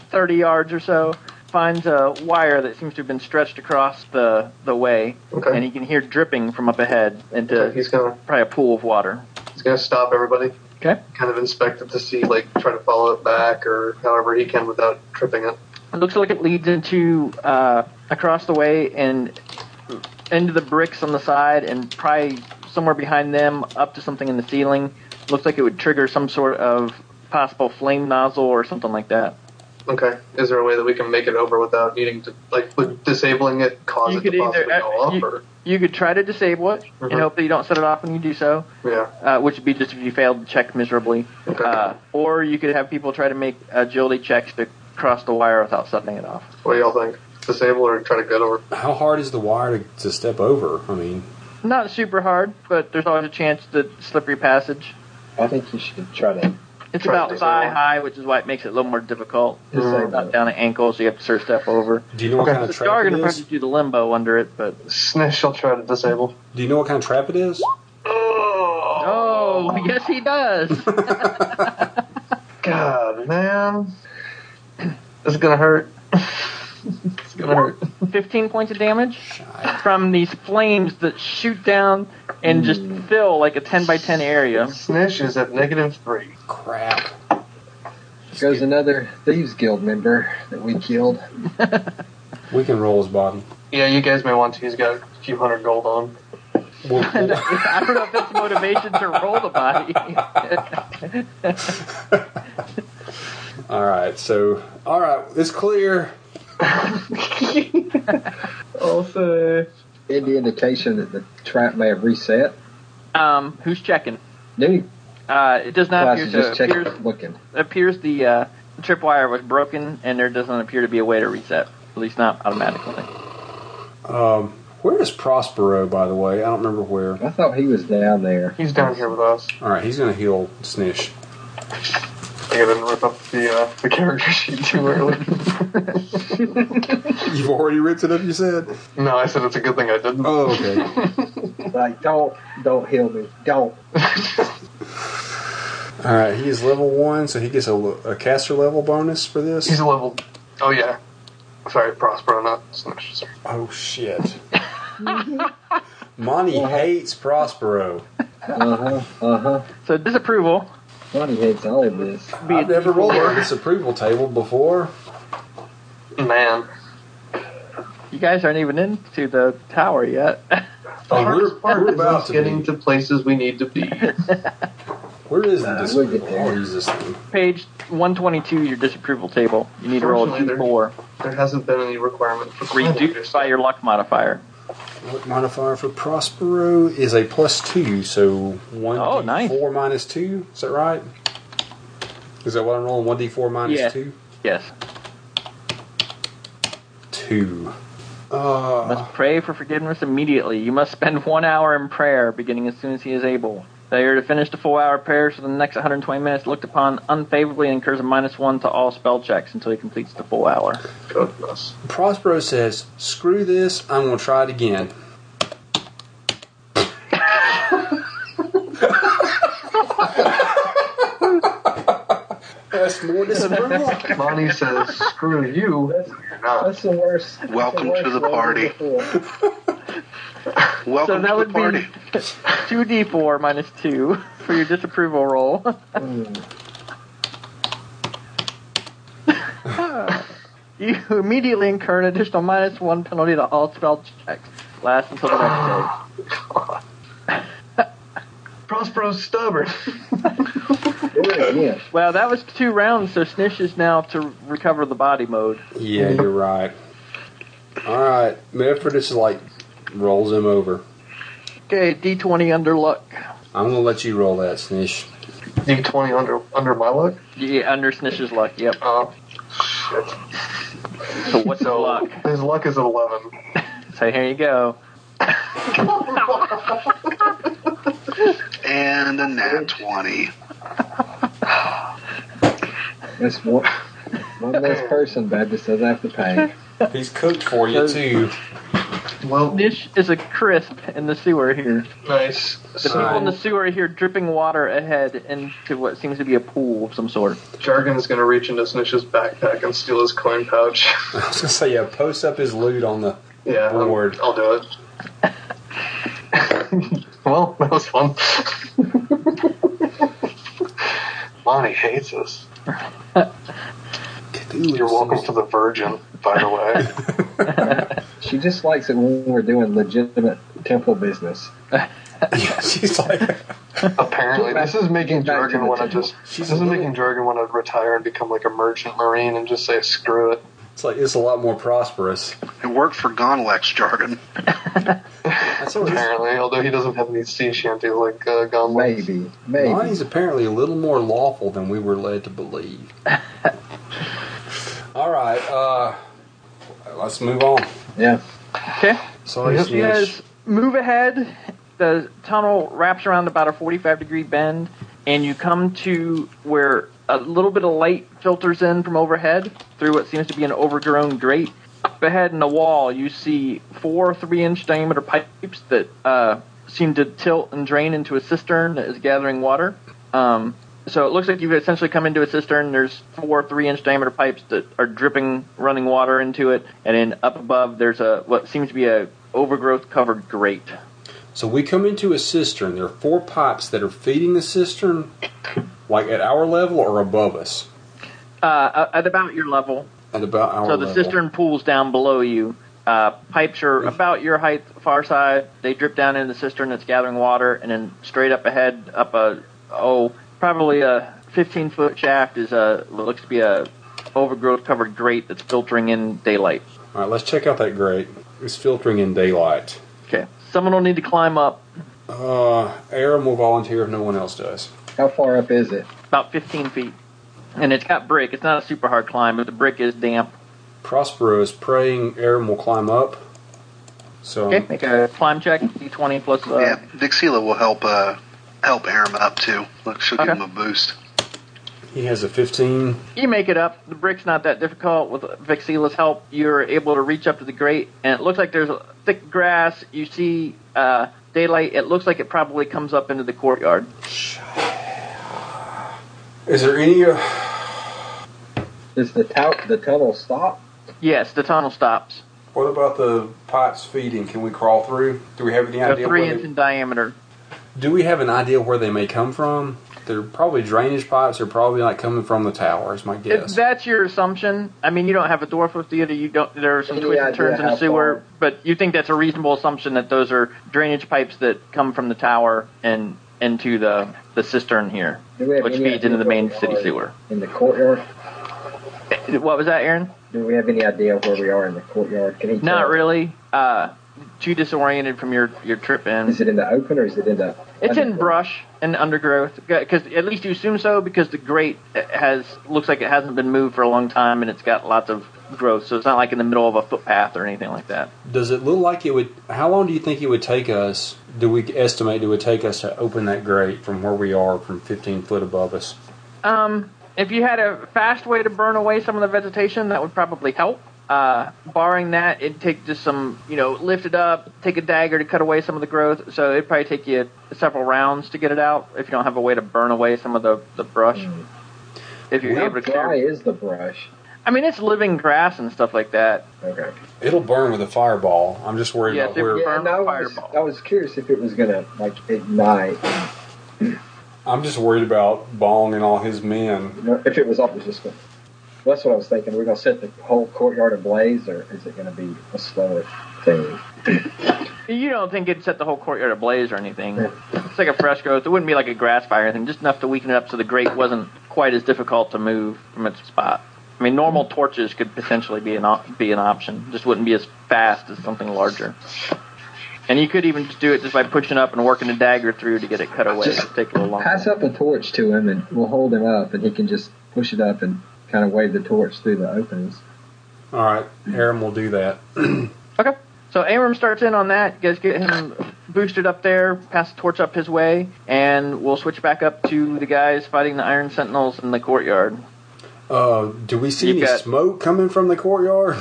S3: thirty yards or so. Finds a wire that seems to have been stretched across the the way,
S7: Okay.
S3: and he can hear dripping from up ahead
S7: Okay,
S3: into
S7: he's going to
S3: probably a pool of water.
S7: he's going to stop everybody.
S3: Okay.
S7: Kind of inspect it to see, like, try to follow it back or however he can without tripping it.
S3: It looks like it leads into uh, across the way and into the bricks on the side, and probably somewhere behind them, up to something in the ceiling. Looks like it would trigger some sort of possible flame nozzle or something like that.
S7: Okay. Is there a way that we can make it over without needing to, like, with disabling it, cause
S3: You
S7: it
S3: could
S7: to possibly
S3: either-
S7: go up?
S3: you-
S7: or,
S3: You could try to disable it
S7: Mhm.
S3: and hope that you don't set it off when you do so,
S7: yeah.
S3: uh, which would be just if you failed to check miserably.
S7: Okay.
S3: Uh, or you could have people try to make agility checks to cross the wire without setting it off.
S7: What do y'all think? Disable or try to get over?
S5: How hard is the wire to, to step over? I mean,
S3: Not super hard, but there's always a chance that slippery passage.
S4: I think you should try to
S3: It's
S7: Try to
S3: about
S7: disable
S3: thigh
S7: it. Mm.
S3: high, which is why it makes it a little more difficult.
S4: disable
S3: It's not
S4: it.
S3: down at ankle, so you have to sort of step over.
S5: do you know
S7: Okay.
S5: what kind
S3: The
S5: of trap
S3: jargon
S5: it
S3: will
S5: is?
S3: probably do the limbo under it, but
S7: Snitch will try to disable.
S5: Do you know what kind of trap it is?
S3: oh, yes, he does.
S7: God, man. This is gonna hurt. it's gonna hurt.
S3: Fifteen points of damage from these flames that shoot down and just
S4: Mm.
S3: fill like a ten by ten area.
S7: Snitch is at negative three.
S5: Crap.
S4: Goes another Thieves Guild member that we killed.
S5: We can roll his body.
S7: Yeah, you guys may want to. He's got a few hundred gold on.
S5: We'll,
S3: And I don't know if that's motivation to roll the body.
S5: all right. So, all right, it's clear.
S7: I'll say.
S4: Any indication that the trap may have reset?
S3: um, who's checking?
S4: New
S3: Uh, it does not
S4: class
S3: appear
S4: is
S3: to.
S4: just checking,
S3: Appears,
S4: looking.
S3: appears the uh, tripwire was broken, and there doesn't appear to be a way to reset. At least not automatically.
S5: Where is Prospero, by the way? I don't remember where.
S4: I thought he was down there.
S7: He's down here with us.
S5: All right, he's going to heal Snish.
S7: I didn't rip up the uh, the character sheet too early.
S5: You've already ripped it up, you said?
S7: no, I said it's a good thing I didn't.
S5: Oh, okay.
S4: Like, don't, don't heal me. Don't.
S5: All right, he is level one, so he gets a, l- a caster level bonus for this.
S7: He's a level. Oh yeah. Sorry, Prospero, not Snish. Sorry.
S5: Oh shit. Monty hates Prospero.
S4: Uh huh. Uh huh.
S3: So disapproval.
S4: Monty hates all of this.
S3: Be
S5: I've
S3: a
S5: never rolled a disapproval table before.
S7: Man.
S3: You guys aren't even into the tower yet.
S7: The
S5: Oh, we're-
S7: hardest part
S5: we're
S7: is
S5: about
S7: us
S5: to
S7: getting
S5: be.
S7: to places we need to be.
S5: Where is the
S4: Uh, we'll get
S5: disapproval? Oh,
S4: there.
S5: I'll use this thing.
S3: Page 122, your disapproval table. You need to roll a
S7: Fortunately,
S3: d4.
S7: There hasn't been any requirement for
S3: Reduced by your luck modifier.
S5: What modifier for Prospero is a plus two, so one
S3: Oh,
S5: d
S3: nice.
S5: four minus two. Is that right? Is that what I'm rolling? One d four minus
S3: Yeah.
S5: two.
S3: Yes.
S5: Two. Uh,
S3: Must pray for forgiveness immediately. You must spend one hour in prayer, beginning as soon as he is able. They are to finish the full hour prayer, so the next 120 minutes looked upon unfavorably and incurs a minus one to all spell checks until he completes the full hour.
S7: Goodness.
S5: Prospero says, "Screw this! I'm gonna try it again." That's more disapproval.
S7: Monty says, "Screw you." You're not.
S4: That's the worst. that's
S6: Welcome
S4: worst
S6: to the
S4: level
S6: party.
S4: before.
S6: Welcome
S3: so that
S6: to
S3: would
S6: the party.
S3: be 2d4 minus 2 for your disapproval roll. you immediately incur an additional minus 1 penalty to all spell checks. Last until the next day.
S7: Prospero's stubborn.
S4: Do it again.
S3: Well, that was two rounds, so Snish is now to recover the body mode.
S5: Yeah, you're right. All right, Medford just like rolls him over.
S3: Okay, D20 under luck.
S5: I'm gonna let you roll that, Snish.
S7: D twenty under under my luck.
S3: Yeah, under Snish's luck, yep.
S7: Uh,
S3: So what's the
S7: so
S3: luck?
S7: his luck is at eleven.
S3: So here you go.
S6: And a nat 20.
S4: That's one, one less person Baptist does have to pay.
S5: He's cooked for you too.
S7: Well,
S3: Snish is a crisp in the sewer here.
S7: nice.
S3: The people in
S7: So
S3: the sewer here dripping water ahead into what seems to be a pool of some sort.
S7: Jargon's gonna reach into Snitch's backpack and steal his coin pouch.
S5: I was gonna say, yeah, post up his loot on the.
S7: yeah, I'm-
S5: Bored.
S7: I'll do it. well, that was fun. Monty hates us. You're welcome to the Virgin, by the way.
S4: She just likes it when we're doing legitimate temple business.
S5: Yeah, she's like,
S7: Apparently, this is making
S4: Get back to
S7: Jorgen
S4: the
S7: want to
S4: table.
S7: just.
S5: She's
S7: this
S5: a
S7: is
S5: little-
S7: making Jorgen want to retire and become like a merchant marine and just say screw it.
S5: it's like it's a lot more prosperous.
S6: It worked for Gonlex jargon.
S5: That's what it's-
S7: Apparently, although he doesn't have any sea shanties like uh, Gonzo.
S4: Maybe, maybe.
S5: Monty's apparently a little more lawful than we were led to believe. All right, uh, let's move on.
S4: Yeah.
S3: Okay?
S5: Sorry,
S3: So you
S5: Snish.
S3: guys move ahead. The tunnel wraps around about a 45 degree bend, and you come to where a little bit of light filters in from overhead through what seems to be an overgrown grate. Up ahead in the wall, you see four three inch diameter pipes that uh, seem to tilt and drain into a cistern that is gathering water. Um, so it looks like you've essentially come into a cistern. There's four three-inch diameter pipes that are dripping running water into it, and then up above there's a what seems to be a overgrowth covered grate.
S5: So we come into a cistern. There are four pipes that are feeding the cistern, like at our level or above us.
S3: Uh, at about your level,
S5: At about our
S3: so the
S5: level.
S3: cistern pools down below you. Uh, pipes are about your height, far side. They drip down into the cistern that's gathering water, and then straight up ahead, up a oh, probably a 15 foot shaft is a what looks to be a overgrowth covered grate that's filtering in daylight.
S5: All right, let's check out that grate. It's filtering in daylight.
S3: Okay, someone will need to climb up.
S5: Uh, Aram will volunteer if no one else does.
S4: How far up is it?
S3: about 15 feet. And it's got brick. It's not a super hard climb, but the brick is damp.
S5: Prospero is praying. Aram will climb up. So
S3: Okay, make a climb check. D20 plus. Uh,
S6: yeah, Vixila will help uh, help Aram up too. Look, she'll
S3: Okay.
S6: give him a boost.
S5: He has a 15.
S3: You make it up. The brick's not that difficult. With Vixila's help, you're able to reach up to the grate, and it looks like there's thick grass. You see uh, daylight. It looks like it probably comes up into the courtyard.
S5: Is there any? Uh,
S4: Is the, tou- the tunnel stop?
S3: Yes, the tunnel stops.
S5: what about the pipes feeding? Can we crawl through? Do we have any
S3: They're
S5: idea?
S3: three
S5: where
S3: inch
S5: they,
S3: in diameter.
S5: do we have an idea where they may come from? They're probably drainage pipes. They're probably like coming from the towers. My
S3: If
S5: guess.
S3: that's your assumption, I mean, you don't have a dwarf theater. You don't. There are some
S4: Any
S3: twists and
S4: idea
S3: turns in
S4: how
S3: the sewer,
S4: far?
S3: but you think that's a reasonable assumption that those are drainage pipes that come from the tower and into the the cistern here,
S4: Do we have
S3: which
S4: any
S3: feeds
S4: idea
S3: into the
S4: where
S3: main
S4: we
S3: city
S4: are
S3: sewer.
S4: In the courtyard?
S3: Eh, What was that, Aaron?
S4: Do we have any idea where we are in the courtyard? Can you
S3: Not
S4: tell?
S3: really. Uh, too disoriented from your your trip in.
S4: Is it in the open or is it in the?
S3: It's in
S4: underground?
S3: brush and undergrowth, because at least you assume so, because the grate has looks like it hasn't been moved for a long time, and it's got lots of growth, so it's not like in the middle of a footpath or anything like that.
S5: Does it look like it would? How long do you think it would take us? Do we estimate it would take us to open that grate from where we are, from 15 foot above us?
S3: Um, if you had a fast way to burn away some of the vegetation, that would probably help. Uh, barring that, it'd take just some, you know, lift it up, take a dagger to cut away some of the growth. So it'd probably take you several rounds to get it out if you don't have a way to burn away some of the, the brush. If you're
S4: How
S3: able to
S4: dry
S3: clear.
S4: is the brush?
S3: I mean, it's living grass and stuff like that.
S4: Okay.
S5: It'll burn with a fireball. I'm just worried
S3: Yeah,
S5: about
S3: they-
S5: where.
S3: yeah.
S4: Yeah,
S3: Burn
S4: and I was,
S3: fireball.
S4: I was curious if it was gonna like ignite.
S5: I'm just worried about Bong and all his men.
S4: You know, if it was up, it was just gonna. Well, that's what I was thinking. We're gonna set the whole courtyard ablaze, or is it gonna be a slower thing?
S3: You don't think it'd set the whole courtyard ablaze or anything. It's like a fresh growth. It wouldn't be like a grass fire or anything, just enough to weaken it up so the grate wasn't quite as difficult to move from its spot. I mean, normal torches could potentially be an op- be an option. Just wouldn't be as fast as something larger. And you could even just do it just by pushing up and working a dagger through to get it cut away.
S4: Just
S3: It'd take a little longer.
S4: Pass up a torch to him, and we'll hold him up, and he can just push it up and kind of wave the torch through the openings.
S5: All right, Aaron will do that.
S3: Okay. So Aram starts in on that. You guys get him boosted up there, pass the torch up his way, and we'll switch back up to the guys fighting the Iron Sentinels in the courtyard.
S5: Uh, do we see
S3: You
S5: any
S3: got-
S5: smoke coming from the courtyard?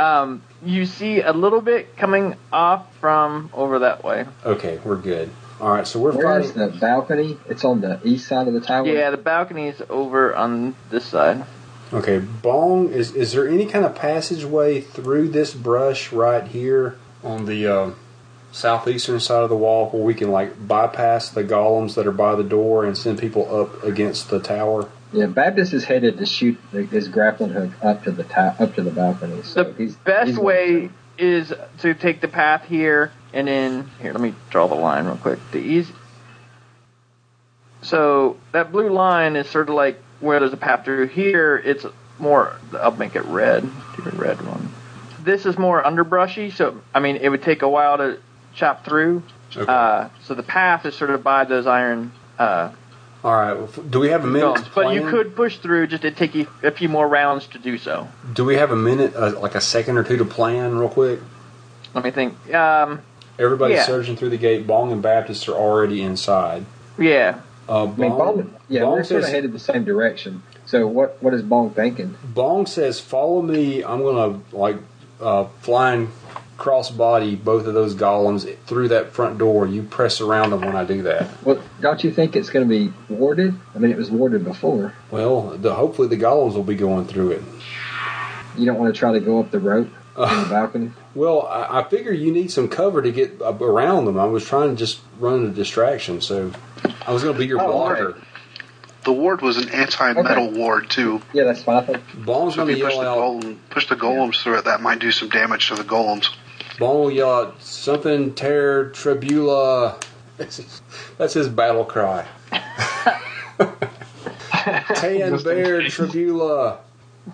S3: Um, you see a little bit coming off from over that way.
S5: Okay, we're good. All right, so we're
S4: Where is
S5: fighting.
S4: the balcony? It's on the east side of the tower.
S3: Yeah, the balcony's over on this side.
S5: Okay, Bong, is is there any kind of passageway through this brush right here on the uh, southeastern side of the wall where we can like bypass the golems that are by the door and send people up against the tower?
S4: Yeah, Baptist is headed to shoot the, his grappling hook up to the ta- up to the balcony. So
S3: The
S4: he's,
S3: best
S4: he's
S3: way is to take the path here and then here. Let me draw the line real quick. The easy. So that blue line is sort of like where there's a path through. Here, it's more. I'll make it red. Do a red one. This is more underbrushy, so I mean it would take a while to chop through.
S5: Okay.
S3: Uh, so the path is sort of by those iron uh,
S5: All right, well, f- do we have a minute?
S3: domes.
S5: to
S3: But you
S5: plan?
S3: could push through. Just it'd take you a few more rounds to do so.
S5: Do we have a minute, uh, like a second or two, to plan real quick?
S3: Let me think. Um,
S5: Everybody's
S3: Yeah.
S5: surging through the gate. Bong and Baptist are already inside.
S3: yeah.
S5: Uh,
S4: I mean,
S5: Bong,
S4: Bong, yeah,
S5: Bong
S4: we're sort of
S5: says-
S4: headed the same direction. So what what is Bong thinking?
S5: Bong says, "Follow me. I'm gonna like uh, flying crossbody both of those golems through that front door. You press around them when I do that.
S4: Well, don't you think it's going to be warded? I mean, it was warded before.
S5: Well, the, hopefully the golems will be going through it.
S4: You don't want to try to go up the rope in the balcony.
S5: Well, I, I figure you need some cover to get up around them. I was trying to just run a distraction, so I was gonna be your
S4: Oh,
S5: blocker.
S4: okay.
S6: The ward was an anti-metal ward too.
S4: Yeah, that's fine. I think
S5: Bong's
S6: So
S5: gonna
S6: if you push
S5: yell
S6: the
S5: out."
S6: golem, push the golems through it, that might do some damage to the golems.
S5: Bone will yell out something tear tribula. That's his, that's his battle cry. Tan bear tribula.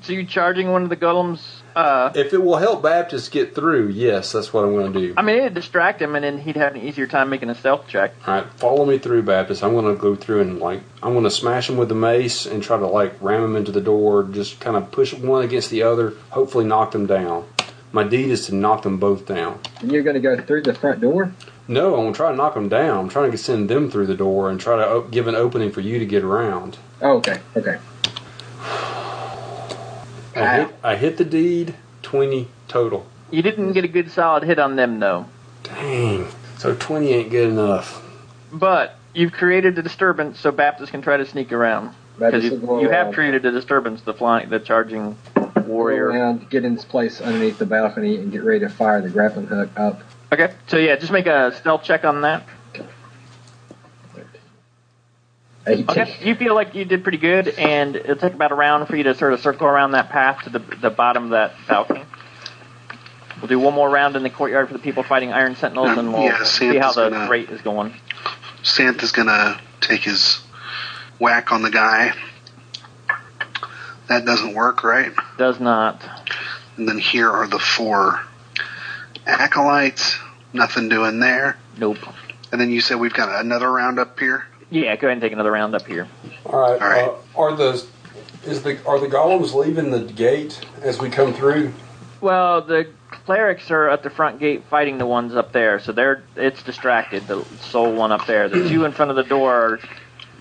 S3: So you charging one of the golems? Uh,
S5: If it will help Baptist get through, yes, that's what I'm going to do.
S3: I mean, it'd distract him, and then he'd have an easier time making a stealth check.
S5: All right, follow me through, Baptist. I'm going to go through and like I'm going to smash him with the mace and try to like ram him into the door. Just kind of push one against the other. Hopefully, knock them down. My deed is to knock them both down.
S4: you're going to go through the front door.
S5: No, I'm gonna try to knock them down. I'm trying to send them through the door and try to o- give an opening for you to get around.
S4: Oh, okay, okay.
S5: I hit, I hit the deed, 20 total.
S3: You didn't get a good solid hit on them, though.
S5: Dang. So 20 ain't good enough.
S3: But you've created a disturbance, so Baptist can try to sneak around. Because
S4: Baptist
S3: you,
S4: will go
S3: you have
S4: around-
S3: created a disturbance, the flying, the charging
S4: go
S3: warrior.
S4: around, get in his place underneath the balcony, and get ready to fire the grappling hook up.
S3: Okay, so yeah, just make a stealth check on that.
S4: 18.
S3: Okay, you feel like you did pretty good, and it'll take about a round for you to sort of circle around that path to the, the bottom of that balcony. We'll do one more round in the courtyard for the people fighting Iron Sentinels, and we'll
S6: Um, Yeah,
S3: see how
S6: Santa's
S3: the
S6: gonna-
S3: rate is going.
S6: Santa's gonna take his whack on the guy. That doesn't work, right?
S3: Does not.
S6: And then here are the four acolytes. Nothing doing there.
S3: Nope.
S6: And then you said we've got another round up here.
S3: Yeah, go ahead and take another round up here.
S5: All right.
S6: All right.
S5: Uh, are the is the are the golems leaving the gate as we come through?
S3: Well, the clerics are at the front gate fighting the ones up there, so they're it's distracted. The sole one up there, the two in front of the door are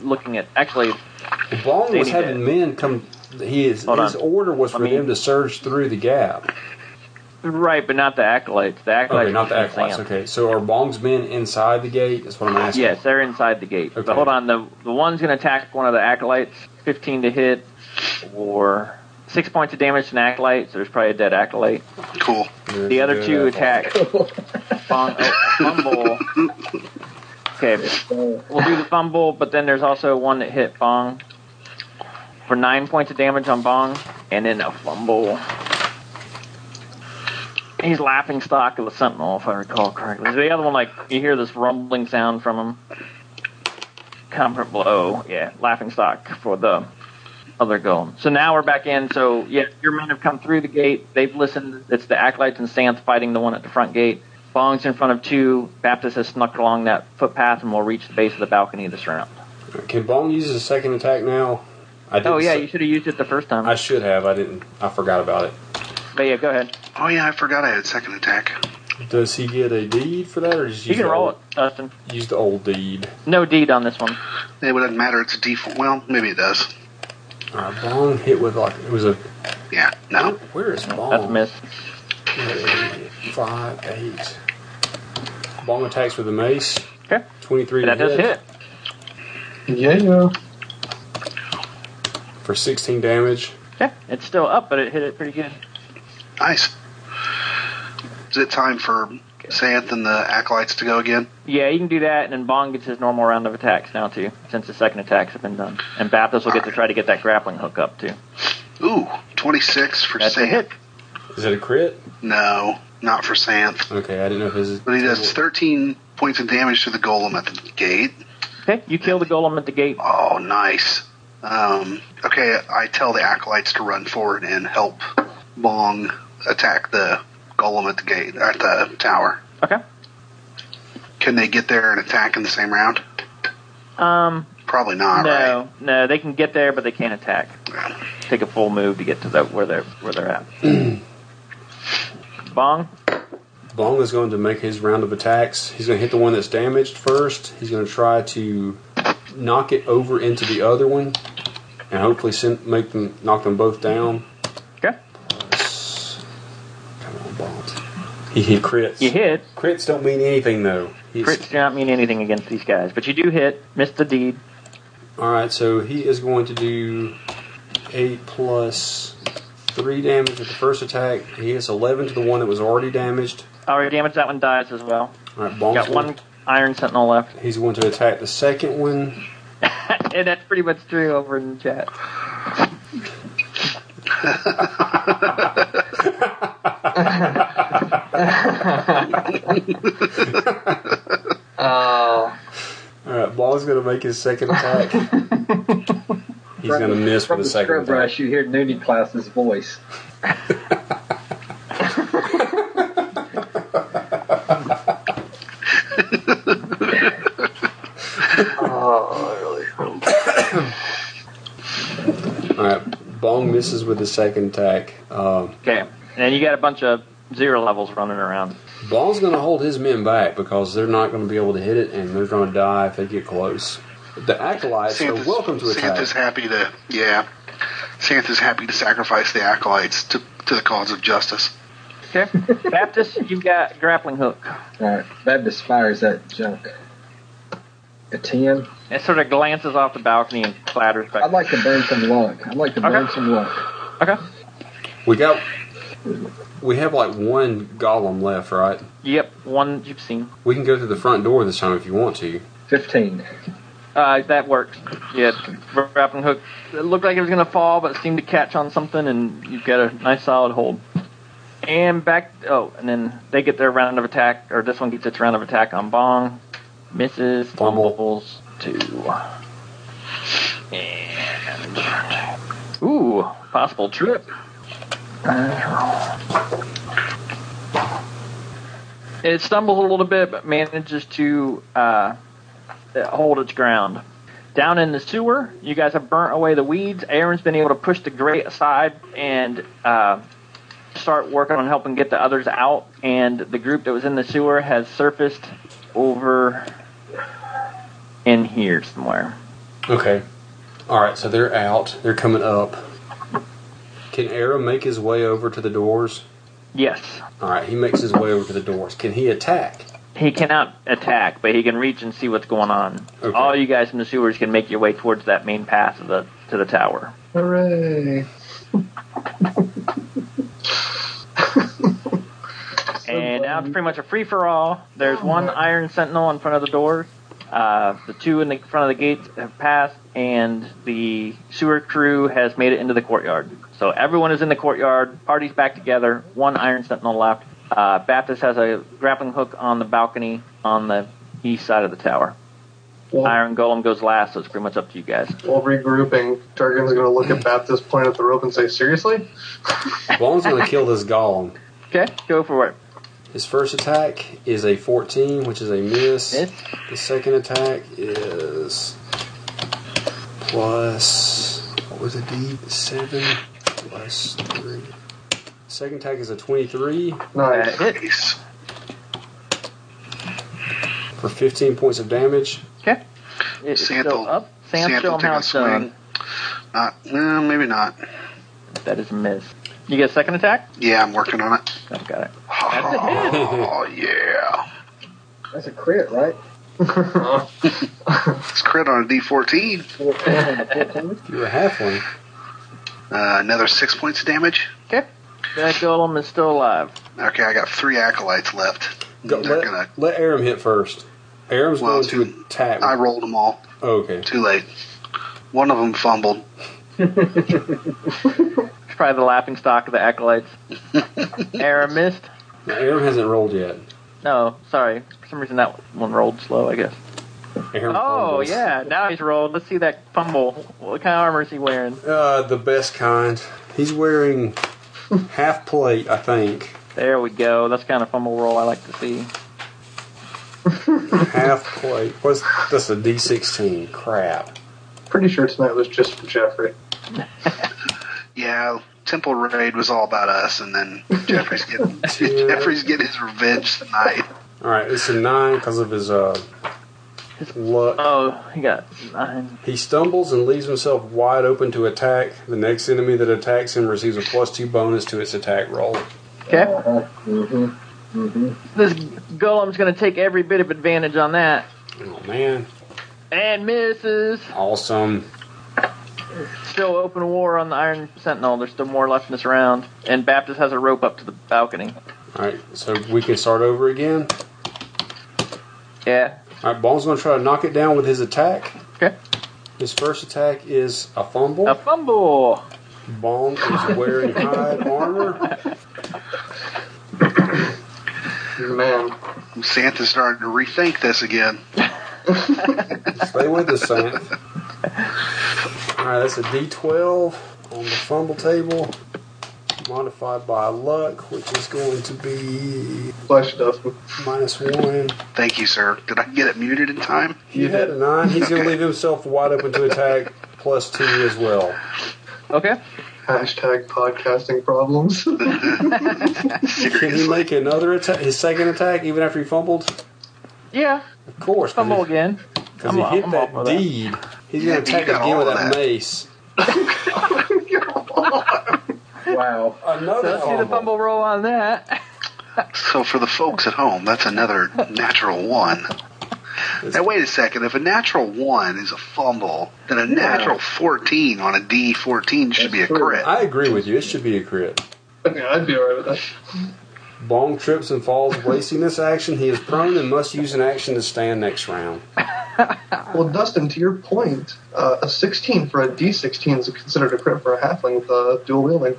S3: looking at. Actually,
S5: Long was
S3: Danny
S5: having men come. His
S3: Hold
S5: his
S3: on.
S5: order was for
S3: Let me-
S5: them to surge through the gap.
S3: right, but not the acolytes. The acolytes.
S5: Okay, not the
S3: are
S5: acolytes.
S3: saying-
S5: Okay, so are Bong's men inside the gate? That's what I'm asking.
S3: Yes, they're inside the gate.
S5: Okay.
S3: But hold on, the the one's going to attack one of the acolytes. Fifteen to hit, or six points of damage to an acolyte. So there's probably a dead acolyte.
S6: Cool.
S5: There's
S3: The
S5: a
S3: other
S5: good
S3: two
S5: acolyte.
S3: attack. Fum- oh, fumble. Okay, we'll do the fumble, but then there's also one that hit Bong for nine points of damage on Bong, and then a fumble. He's laughing stock of the Sentinel, if I recall correctly. The other one, like you hear this rumbling sound from him. Comfort blow, yeah, laughing stock for the other golem. So now we're back in. So yeah, your men have come through the gate. They've listened. It's the acolytes and Santh fighting the one at the front gate. Bong's in front of two. Baptist has snuck along that footpath and will reach the base of the balcony this round.
S5: Can Bong use his second attack now? I didn't
S3: Oh yeah,
S5: s-
S3: you should have used it the first time.
S5: I should have. I didn't. I forgot about it.
S3: but yeah, go ahead.
S6: Oh yeah, I forgot I had second attack.
S5: Does he get a deed for that, or just
S3: You
S5: use
S3: can
S5: the
S3: roll it,
S5: old,
S3: Dustin.
S5: Use the old deed.
S3: No deed on this one.
S6: It doesn't matter. It's a default. Well, maybe it does.
S5: All right, Bong hit with like it was a.
S6: Yeah. No.
S5: Where is Bong?
S3: That's a miss.
S5: Five, eight. Bong attacks with a mace.
S3: Okay.
S5: Twenty-three.
S3: That
S5: to
S3: does hit.
S7: Yeah, yeah.
S5: for sixteen damage.
S3: Yeah, it's still up, but it hit it pretty good.
S6: Nice. Is it time for Santh and the acolytes to go again?
S3: Yeah, you can do that, and then Bong gets his normal round of attacks now too, since the second attacks have been done. And Baptist will get to try to get that grappling hook up too.
S6: Ooh, 26 for
S3: That's a
S6: Santh.
S3: hit.
S5: Is it a crit?
S6: No, not for Santh.
S5: Okay, I didn't know if his.
S6: But he does 13 points of damage to the golem at the gate.
S3: Okay, you kill the golem at the gate.
S6: Oh, nice. Um, okay, I tell the acolytes to run forward and help Bong attack the golem at the gate, at the tower.
S3: Okay.
S6: Can they get there and attack in the same round?
S3: Um,
S6: Probably not, right?
S3: no, no, they can get there, but they can't attack. Take a full move to get to the where they're where they're at. Bong.
S5: Bong is going to make his round of attacks. He's going to hit the one that's damaged first. He's going to try to knock it over into the other one, and hopefully send, make them knock them both down.
S3: Okay.
S5: Come on, Bong. He, he crits.
S3: You hit.
S5: Crits don't mean anything though. He's,
S3: Crits do not mean anything against these guys, but you do hit. Miss the deed.
S5: All right, so he is going to do eight plus three damage with the first attack. He is eleven to the one that was already damaged.
S3: Already damage that one dies as well.
S5: All right, Bong's
S3: Got
S5: going-
S3: one iron sentinel left,
S5: He's going to attack the second one.
S3: and that's pretty much true over in the chat.
S7: Uh,
S5: All right, Ball's gonna make his second attack. He's gonna miss with
S4: From
S5: the
S4: the scrub
S5: second attack.
S4: brush, you hear Nudie Klaus's voice.
S7: oh, really?
S5: All right, Bong misses with the second attack. Um,
S3: Okay, and you got a bunch of zero levels running around.
S5: Ball's going to hold his men back because they're not going to be able to hit it, and they're going to die if they get close. The acolytes are
S6: Santa's,
S5: Uh, welcome to attack.
S6: Santa's happy to, yeah. Santa's happy to sacrifice the acolytes to, to the cause of justice.
S3: Okay. Baptist, you've got grappling hook.
S4: Alright, Baptist fires that junk. A 10.
S3: It sort of glances off the balcony and clatters back.
S4: I'd like to burn some luck. I'd like to burn
S3: Okay.
S4: some luck.
S3: Okay.
S5: We got, we have like one golem left, right?
S3: Yep, one you've seen.
S5: We can go through the front door this time if you want to.
S4: 15.
S3: Uh, that works. Yeah, grappling hook. It looked like it was going to fall, but it seemed to catch on something, and you've got a nice solid hold. And back. Oh, and then they get their round of attack, or this one gets its round of attack on Bong. Misses.
S5: Fumble.
S3: Fumbles. Two. And. Ooh, possible trip.
S4: Uh,
S3: It stumbles a little bit, but manages to uh, hold its ground. Down in the sewer, you guys have burnt away the weeds. Aaron's been able to push the grate aside and uh, start working on helping get the others out. And the group that was in the sewer has surfaced over in here somewhere.
S5: Okay. All right, so they're out. They're coming up. Can Arrow make his way over to the doors?
S3: Yes,
S5: All right, he makes his way over to the doors. Can he attack?
S3: he cannot attack, but he can reach and see what's going on.
S5: Okay.
S3: All you guys in the sewers can make your way towards that main path of the to the tower.
S4: Hooray.
S3: And now it's pretty much a free for all. There's one iron sentinel in front of the doors. Uh, the two in the front of the gates have passed, and the sewer crew has made it into the courtyard. So everyone is in the courtyard. Party's back together. One iron sentinel left. Uh, Baptist has a grappling hook on the balcony on the east side of the tower.
S7: While,
S3: Iron Golem goes last, so it's pretty much up to you guys.
S7: while regrouping, Jargon's going to look at Baptist, point at the rope, and say, "Seriously?"
S5: Ball's going to kill this golem.
S3: Okay, go for it.
S5: His first attack is a 14, which is a miss.
S3: Miss.
S5: The second attack is plus what was it? D seven plus three. Second attack is a 23
S3: Uh,
S7: Nice.
S3: hit.
S6: Nice.
S5: for 15 points of damage.
S3: Okay. It's still
S6: Sample.
S3: up. Sam,
S6: Sample
S3: show 'em
S6: take
S3: how
S6: a
S3: it's done.
S6: swing. Not, well, maybe not.
S3: That is a miss. You get a second attack?
S6: Yeah, I'm working on it.
S3: I've got it.
S6: Oh yeah,
S4: That's a crit, right?
S6: it's crit on a D14.
S4: Little crit on the 14.
S5: You're a halfling.
S6: Uh, another six points of damage.
S3: Okay. That golem is still alive.
S6: Okay, I got three acolytes left.
S5: Go,
S6: They're
S5: let,
S6: gonna.
S5: let Aram hit first. Aram's
S6: Well,
S5: going to
S6: two-
S5: attack.
S6: I rolled them all.
S5: okay.
S6: Too late. One of them fumbled.
S3: It's probably the laughing stock of the acolytes. Aaron missed.
S5: Now, Aram hasn't rolled yet.
S3: No, sorry. For some reason that one rolled slow, I guess.
S5: Aram
S3: Oh,
S5: fumbles.
S3: yeah. Now he's rolled. Let's see that fumble. What kind of armor is he wearing?
S5: Uh, the best kind. He's wearing half plate, I think.
S3: There we go. That's the kind of fumble roll I like to see.
S5: half plate. What's that's a D sixteen? Crap.
S7: Pretty sure tonight was just for Jeffrey.
S6: Yeah, Temple Raid was all about us, and then Jeffrey's getting Jeffrey's getting his revenge tonight.
S5: All right, it's a nine because of his uh luck.
S3: Oh, he got nine.
S5: He stumbles and leaves himself wide open to attack. The next enemy that attacks him receives a plus two bonus to its attack roll.
S3: Okay.
S4: Uh-huh. Mm-hmm. Mm-hmm.
S3: This golem's going to take every bit of advantage on that.
S5: Oh man,
S3: And misses.
S5: awesome!
S3: Still open war on the Iron Sentinel. There's still more left in this round. And Baptist has a rope up to the balcony.
S5: All right, so we can start over again.
S3: Yeah.
S5: All right, Ball's gonna try to knock it down with his attack.
S3: Okay.
S5: His first attack is a fumble.
S3: A fumble.
S5: Bong is wearing hide armor.
S7: Man,
S6: Santa's starting to rethink this again.
S5: Stay with us, Sam. All right, that's a D12 on the fumble table, modified by luck, which is going to be
S7: flesh Dustin.
S5: minus one.
S6: Thank you, sir. Did I get it muted in time?
S5: You had a nine. He's going to leave himself wide open to attack, plus two as well.
S3: Okay.
S7: Hashtag podcasting problems.
S5: Can he
S6: Seriously.
S5: make another attack? His second attack, even after he fumbled?
S3: Yeah,
S5: Of course.
S3: fumble again.
S5: Because he
S3: I'm-
S5: hit
S3: I'm
S5: that
S3: all for that.
S5: deed. He's
S6: Yeah,
S5: going
S6: you
S5: to attack
S6: got
S5: again
S6: all
S5: with
S6: of
S5: that
S6: that.
S5: mace.
S4: Wow.
S3: So
S5: Another
S3: let's see the
S5: fumble.
S3: fumble roll on that.
S6: So for the folks at home, that's another natural one. Now wait a second. If a natural one is a fumble, then a natural fourteen on a D fourteen should be a
S4: true.
S6: crit.
S5: I agree with you. It should be a crit.
S7: yeah, I'd be alright with that.
S5: Bong trips and falls, wasting this action. He is prone and must use an action to stand next round.
S7: Well, Dustin, to your point, uh, a 16 for a D16 is considered a crit for a halfling with uh, dual wielding.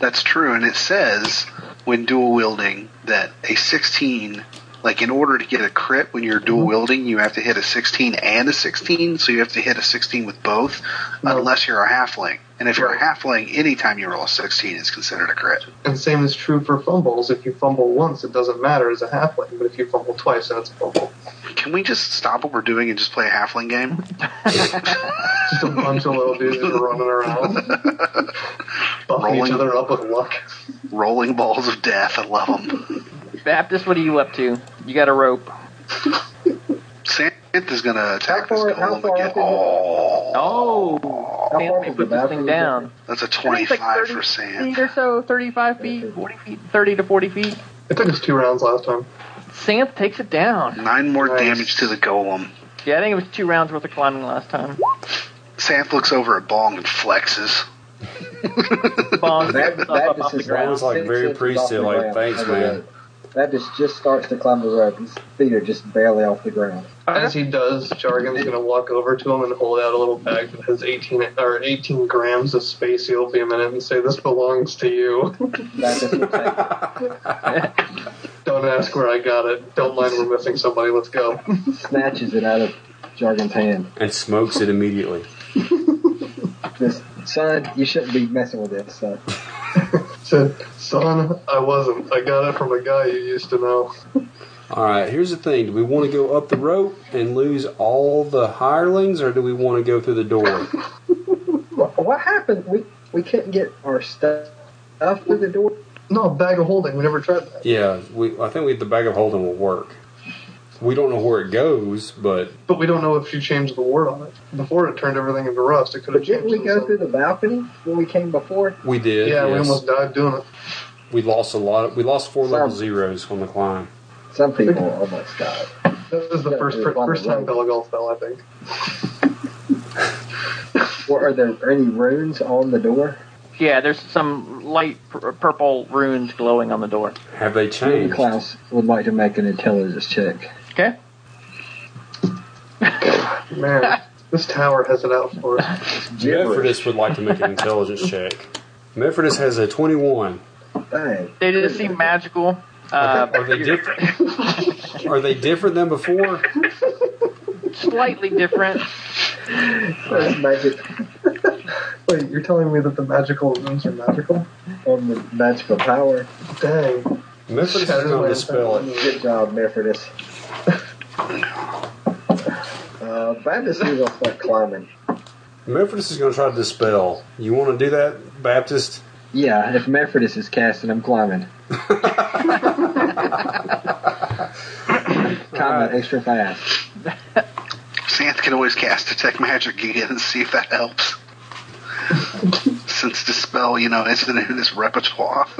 S6: That's true, and it says when dual wielding that a 16, like in order to get a crit when you're
S4: Mm-hmm.
S6: dual wielding, you have to hit a 16 and a 16, so you have to hit a 16 with both, unless you're a halfling. And if you're a halfling, anytime you roll a 16, it's considered a crit.
S7: And same is true for fumbles. If you fumble once, it doesn't matter as a halfling, but if you fumble twice, then it's a fumble.
S6: Can we just stop what we're doing and just play a halfling game?
S7: Just a bunch of little dudes that are running around, buffing each
S6: Rolling.
S7: other up with luck.
S6: Rolling balls of death, I love them.
S3: Baptist, what are you up to? You got a rope.
S6: Santa's going to attack
S4: How
S6: this
S4: far- how
S6: golem
S4: far
S6: again.
S4: up is it?
S6: Oh,
S3: Oh,
S4: How
S3: man,
S4: far
S3: let me
S4: is
S3: put
S4: the
S3: this thing
S4: bathroom?
S3: down.
S6: that's a
S3: I think it's
S6: 25
S3: like 30
S6: for Sand.
S3: feet or so, 35 feet, 40 feet, 30 to 40 feet.
S7: It took us two rounds last time.
S3: Santh takes it down.
S6: Nine more
S7: Nice.
S6: damage to the golem.
S3: Yeah, I think it was two rounds worth of climbing last time.
S6: Santh looks over at Bong and flexes.
S3: Bongs
S4: That,
S3: up,
S4: that
S3: up
S4: just
S3: off the
S4: is
S3: ground.
S5: Sounds like
S4: six
S5: very
S4: inches
S5: priestly,
S4: off the
S5: like,
S4: ground.
S5: thanks, man.
S4: That just just starts to climb the rope. His feet are just barely off the ground.
S7: As he does, Jargon's going to walk over to him and hold out a little bag that has 18 or 18 grams of spacial vehement and say, "This belongs to you.
S4: Baptist will take it.
S7: Don't ask where I got it. Don't mind we're missing somebody. Let's go."
S4: snatches it out of Jargon's hand.
S5: And smokes it immediately.
S4: This son, you shouldn't be messing with this. So.
S7: Said, "Son, I wasn't. I got it from a guy you used to know."
S5: All right, here's the thing. Do we want to go up the rope and lose all the hirelings, or do we want to go through the door?
S4: What, what happened? We we couldn't get our stuff up through the door.
S7: No, bag of holding. We never tried that.
S5: yeah, we. I think we, the bag of holding will work. We don't know where it goes, but
S7: But we don't know if you changed the word on it. Before it turned everything into rust. It could have
S4: But
S7: changed.
S4: didn't we
S7: it
S4: go
S7: something.
S4: through the balcony when we came before?
S5: we did.
S7: Yeah, we
S5: yes.
S7: almost died doing it.
S5: We lost a lot. Of, we lost four level
S4: Some.
S5: zeros on the climb.
S4: Some people almost died.
S7: That was the
S4: Yeah,
S7: first
S4: we were on the
S7: first time
S4: road.
S7: Belagol fell, I think.
S4: Or are there any runes on the door?
S3: Yeah, there's some light pur- uh, purple runes glowing on the door.
S5: Have they changed?
S4: Klaus would like to make an intelligence check.
S3: Okay?
S7: Man, this tower has it out for us.
S5: Mephrodis would like to make an intelligence check. Mephrodis has a 21.
S4: Dang.
S3: They just seem magical. Uh,
S5: Are they different? Are they different than before?
S3: slightly different.
S4: Let's make it
S7: Wait, you're telling me that the magical runes are magical?
S4: on the magical power.
S7: Dang.
S5: Mephrodis is going to dispel it.
S4: Good job, Mephrodis. Uh, Baptist is gonna start climbing.
S5: Mephrodis is going to try to dispel. You want to do that, Baptist?
S4: Yeah, if Mephrodis is casting, I'm climbing. Climbing extra fast.
S6: Santh can always cast Detect Magic again and see if that helps. Since Dispel, you know, isn't in his repertoire.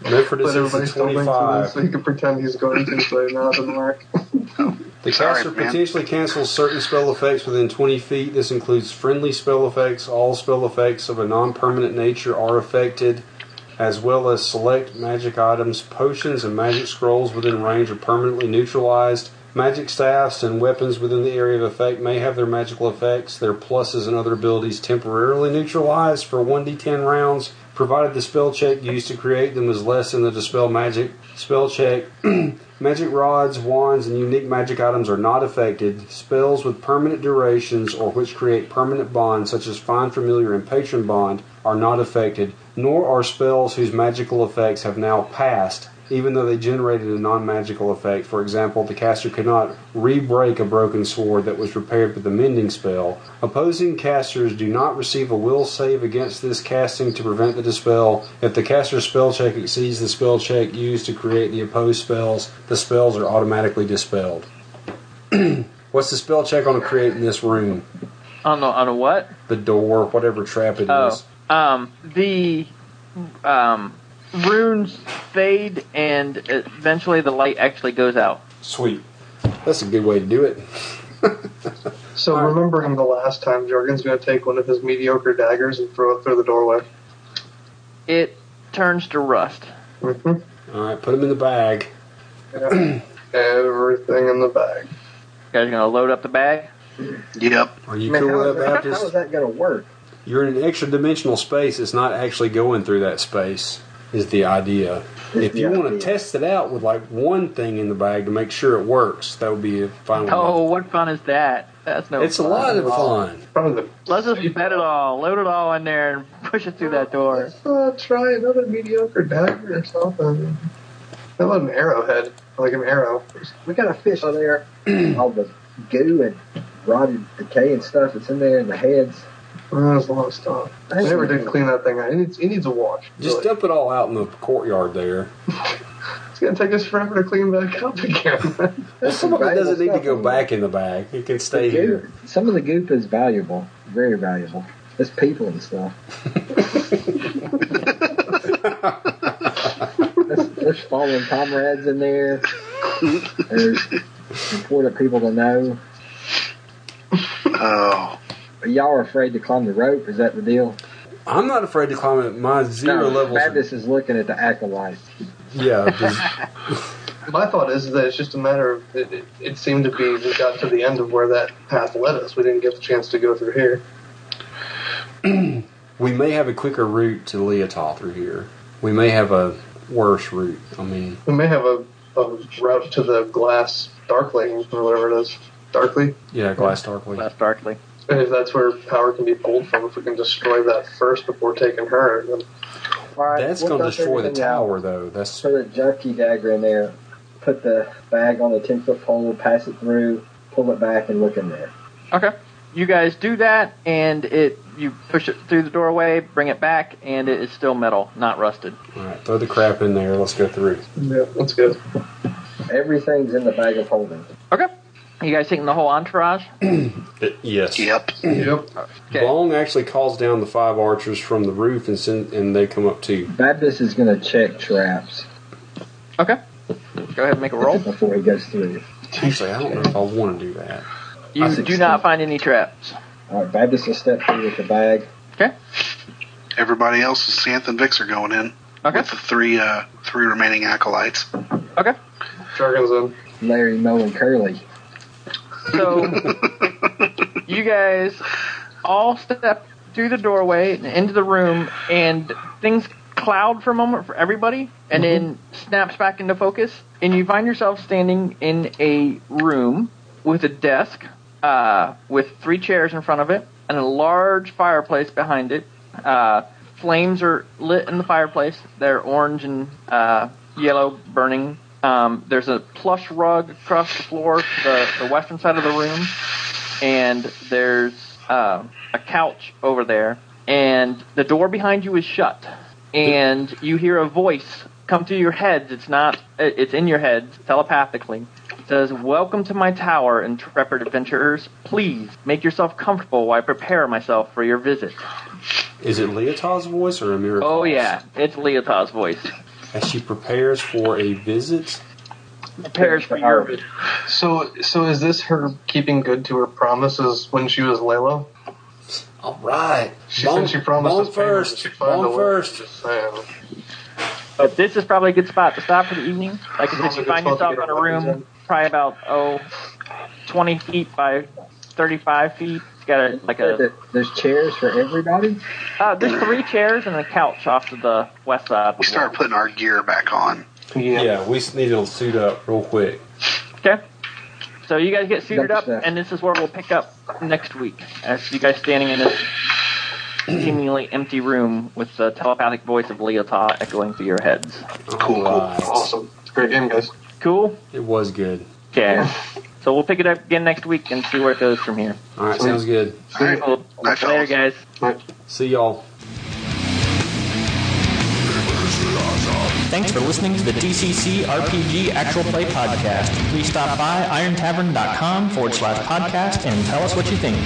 S5: Mephrodis
S7: But
S5: is a
S7: everybody still thinks of this, so
S5: 25.
S7: you can pretend he's going to, so now it doesn't work.
S5: The
S6: Sorry,
S5: caster
S6: man.
S5: potentially cancels certain spell effects within 20 feet. This includes friendly spell effects, all spell effects of a non permanent nature are affected, as well as select magic items, potions, and magic scrolls within range are permanently neutralized. Magic staffs and weapons within the area of effect may have their magical effects, their pluses, and other abilities temporarily neutralized for 1d10 rounds, provided the spell check used to create them is less than the dispel magic spell check. Magic rods, wands, and unique magic items are not affected. Spells with permanent durations or which create permanent bonds, such as Find Familiar and Patron Bond, are not affected, nor are spells whose magical effects have now passed, even though they generated a non magical effect. For example, the caster could not re break a broken sword that was repaired with a mending spell. Opposing casters do not receive a will save against this casting to prevent the dispel. If the caster's spell check exceeds the spell check used to create the opposed spells, the spells are automatically dispelled. What's the spell check on a create in this room?
S3: On a, on a what?
S5: The door, whatever trap it is.
S3: Oh, um, the um, runes fade, and eventually the light actually goes out.
S5: Sweet. That's a good way to do it.
S7: So remember him the last time. Jorgen's going to take one of his mediocre daggers and throw it through the doorway.
S3: It turns to rust.
S7: hmm
S5: All right, put them in the bag.
S7: Everything in the bag.
S3: You guys gonna load up the bag?
S6: Yep.
S5: Are you
S4: Man,
S5: cool
S4: how,
S5: with
S4: is
S5: that,
S4: that, how
S5: Baptist?
S4: is that going to work?
S5: You're in an extra dimensional space. It's not actually going through that space, is the idea. If you
S4: the
S5: want to
S4: idea.
S5: test it out with like one thing in the bag to make sure it works, that would be a fine way.
S3: Oh, what fun is that? That's no.
S5: it's a
S3: fun.
S5: lot of fun.
S7: Probably the
S3: Let's just bet it all, load it all in there, and push it through that door.
S7: Let's uh, try another mediocre dagger or something. How about an arrowhead? I like an arrow.
S4: We got a fish on there. all the goo and rotted decay and stuff that's in there, and the heads.
S7: Uh, There's a lot of stuff. I never did clean that thing out. It needs, it needs a wash.
S5: Just
S7: really.
S5: dump it all out in the courtyard there.
S7: It's going to take us forever to clean back up again.
S5: Well, some of it
S4: valuable
S5: doesn't need
S4: stuff,
S5: to go
S4: isn't it?
S5: back in the bag. It can
S4: The
S5: stay
S4: goop-
S5: here.
S4: Some of the goop is valuable, very valuable. It's people and stuff. there's, there's fallen comrades in there. There's important people to know.
S6: Oh.
S4: Y'all are afraid to climb the rope? Is that the deal?
S5: I'm not afraid to climb it. My zero
S4: no,
S5: levels.
S4: Baptist is looking at the acolyte.
S5: Yeah, just-
S7: My thought is that it's just a matter of it, it, it seemed to be we got to the end of where that path led us. We didn't get the chance to go through here.
S5: we may have a quicker route to Leotol through here. We may have a worse route. I mean,
S7: We may have a, a route to the glass darkling or whatever it is. Darkly?
S5: yeah, Glass Darkly.
S3: Left darkly.
S7: And if that's where power can be pulled from, if we can destroy that first before taking her, then
S4: All right,
S5: That's
S4: we'll
S5: going
S4: dump
S5: to destroy the
S4: everything out.
S5: tower, though. That's
S4: Put a junkie dagger in there. Put the bag on the ten foot pole. Pass it through. Pull it back and look in there.
S3: Okay. You guys do that, and it you push it through the doorway, bring it back, and it is still metal, not rusted.
S5: all right. Throw the crap in there. Let's go through.
S7: yeah, that's good.
S4: Everything's in the bag of holding.
S3: Okay. You guys taking the whole entourage?
S5: yes.
S6: Yep.
S7: Yep.
S3: Okay.
S5: Long actually calls down the five archers from the roof, and send, and they come up too.
S4: Baptist is going to check traps
S3: Okay. Go ahead and make a roll.
S4: before he goes through.
S5: Actually, I don't know if I want to do that.
S3: You do not find any traps.
S4: All right, Baptist will step through with the bag.
S6: Everybody else is Santh and Vix are going in
S3: Okay.
S6: with the three uh, three remaining acolytes.
S3: Okay.
S7: Jargon's in.
S4: Larry, Moe, and Curly.
S3: So you guys all step through the doorway and into the room, and things cloud for a moment for everybody, and then snaps back into focus, and you find yourself standing in a room with a desk, uh, with three chairs in front of it, and a large fireplace behind it. Uh, flames are lit in the fireplace; they're orange and uh, yellow, burning. Um, there's a plush rug across the floor, to the, the western side of the room and there's uh, a couch over there, and the door behind you is shut, and you hear a voice come through your heads. It's not. it- It's in your heads telepathically. It says, "Welcome to my tower, intrepid adventurers. Please make yourself comfortable while I prepare myself for your visit."
S5: Is it Leotol's voice or a miracle?
S3: Oh yeah, it's Leotard's voice.
S5: As she prepares for a visit,
S3: Prepares for your visit.
S7: So, so is this her keeping good to her promises when she was Layla?
S5: All right.
S7: She said she promised
S5: Bone
S7: us
S5: first.
S7: She found a
S5: Bone
S7: way.
S5: first.
S7: Just saying.
S3: But this is probably a good spot to stop for the evening. Like I
S7: Sounds
S3: said, you
S7: like
S3: find
S7: a good spot
S3: yourself
S7: to get
S3: in
S7: our
S3: a room,
S7: weapons
S3: probably about oh, 20 feet by 35 feet. It's got a, like a
S4: There- There's chairs for everybody.
S3: uh, there's three chairs and a couch off to the west side.
S6: We start putting our gear back on.
S5: Yeah. we just need to suit up real quick.
S3: Okay. So you guys get suited
S4: Next
S3: up,
S4: step.
S3: and this is where we'll pick up next week as you guys standing in this seemingly empty room with the telepathic voice of Leotah echoing through your heads.
S6: Cool, cool.
S8: Right.
S7: Awesome. It's a great game, guys.
S3: Cool?
S8: It was good.
S3: Okay. So we'll pick it up again next week and see where it goes from here.
S8: All right, sounds good.
S6: All right.
S3: Cool.
S6: Bye,
S3: Later,
S6: fellas.
S3: guys.
S8: See y'all.
S1: Thanks for listening to the DCC RPG Actual Play Podcast. Please stop by irontavern.com forward slash podcast and tell us what you think.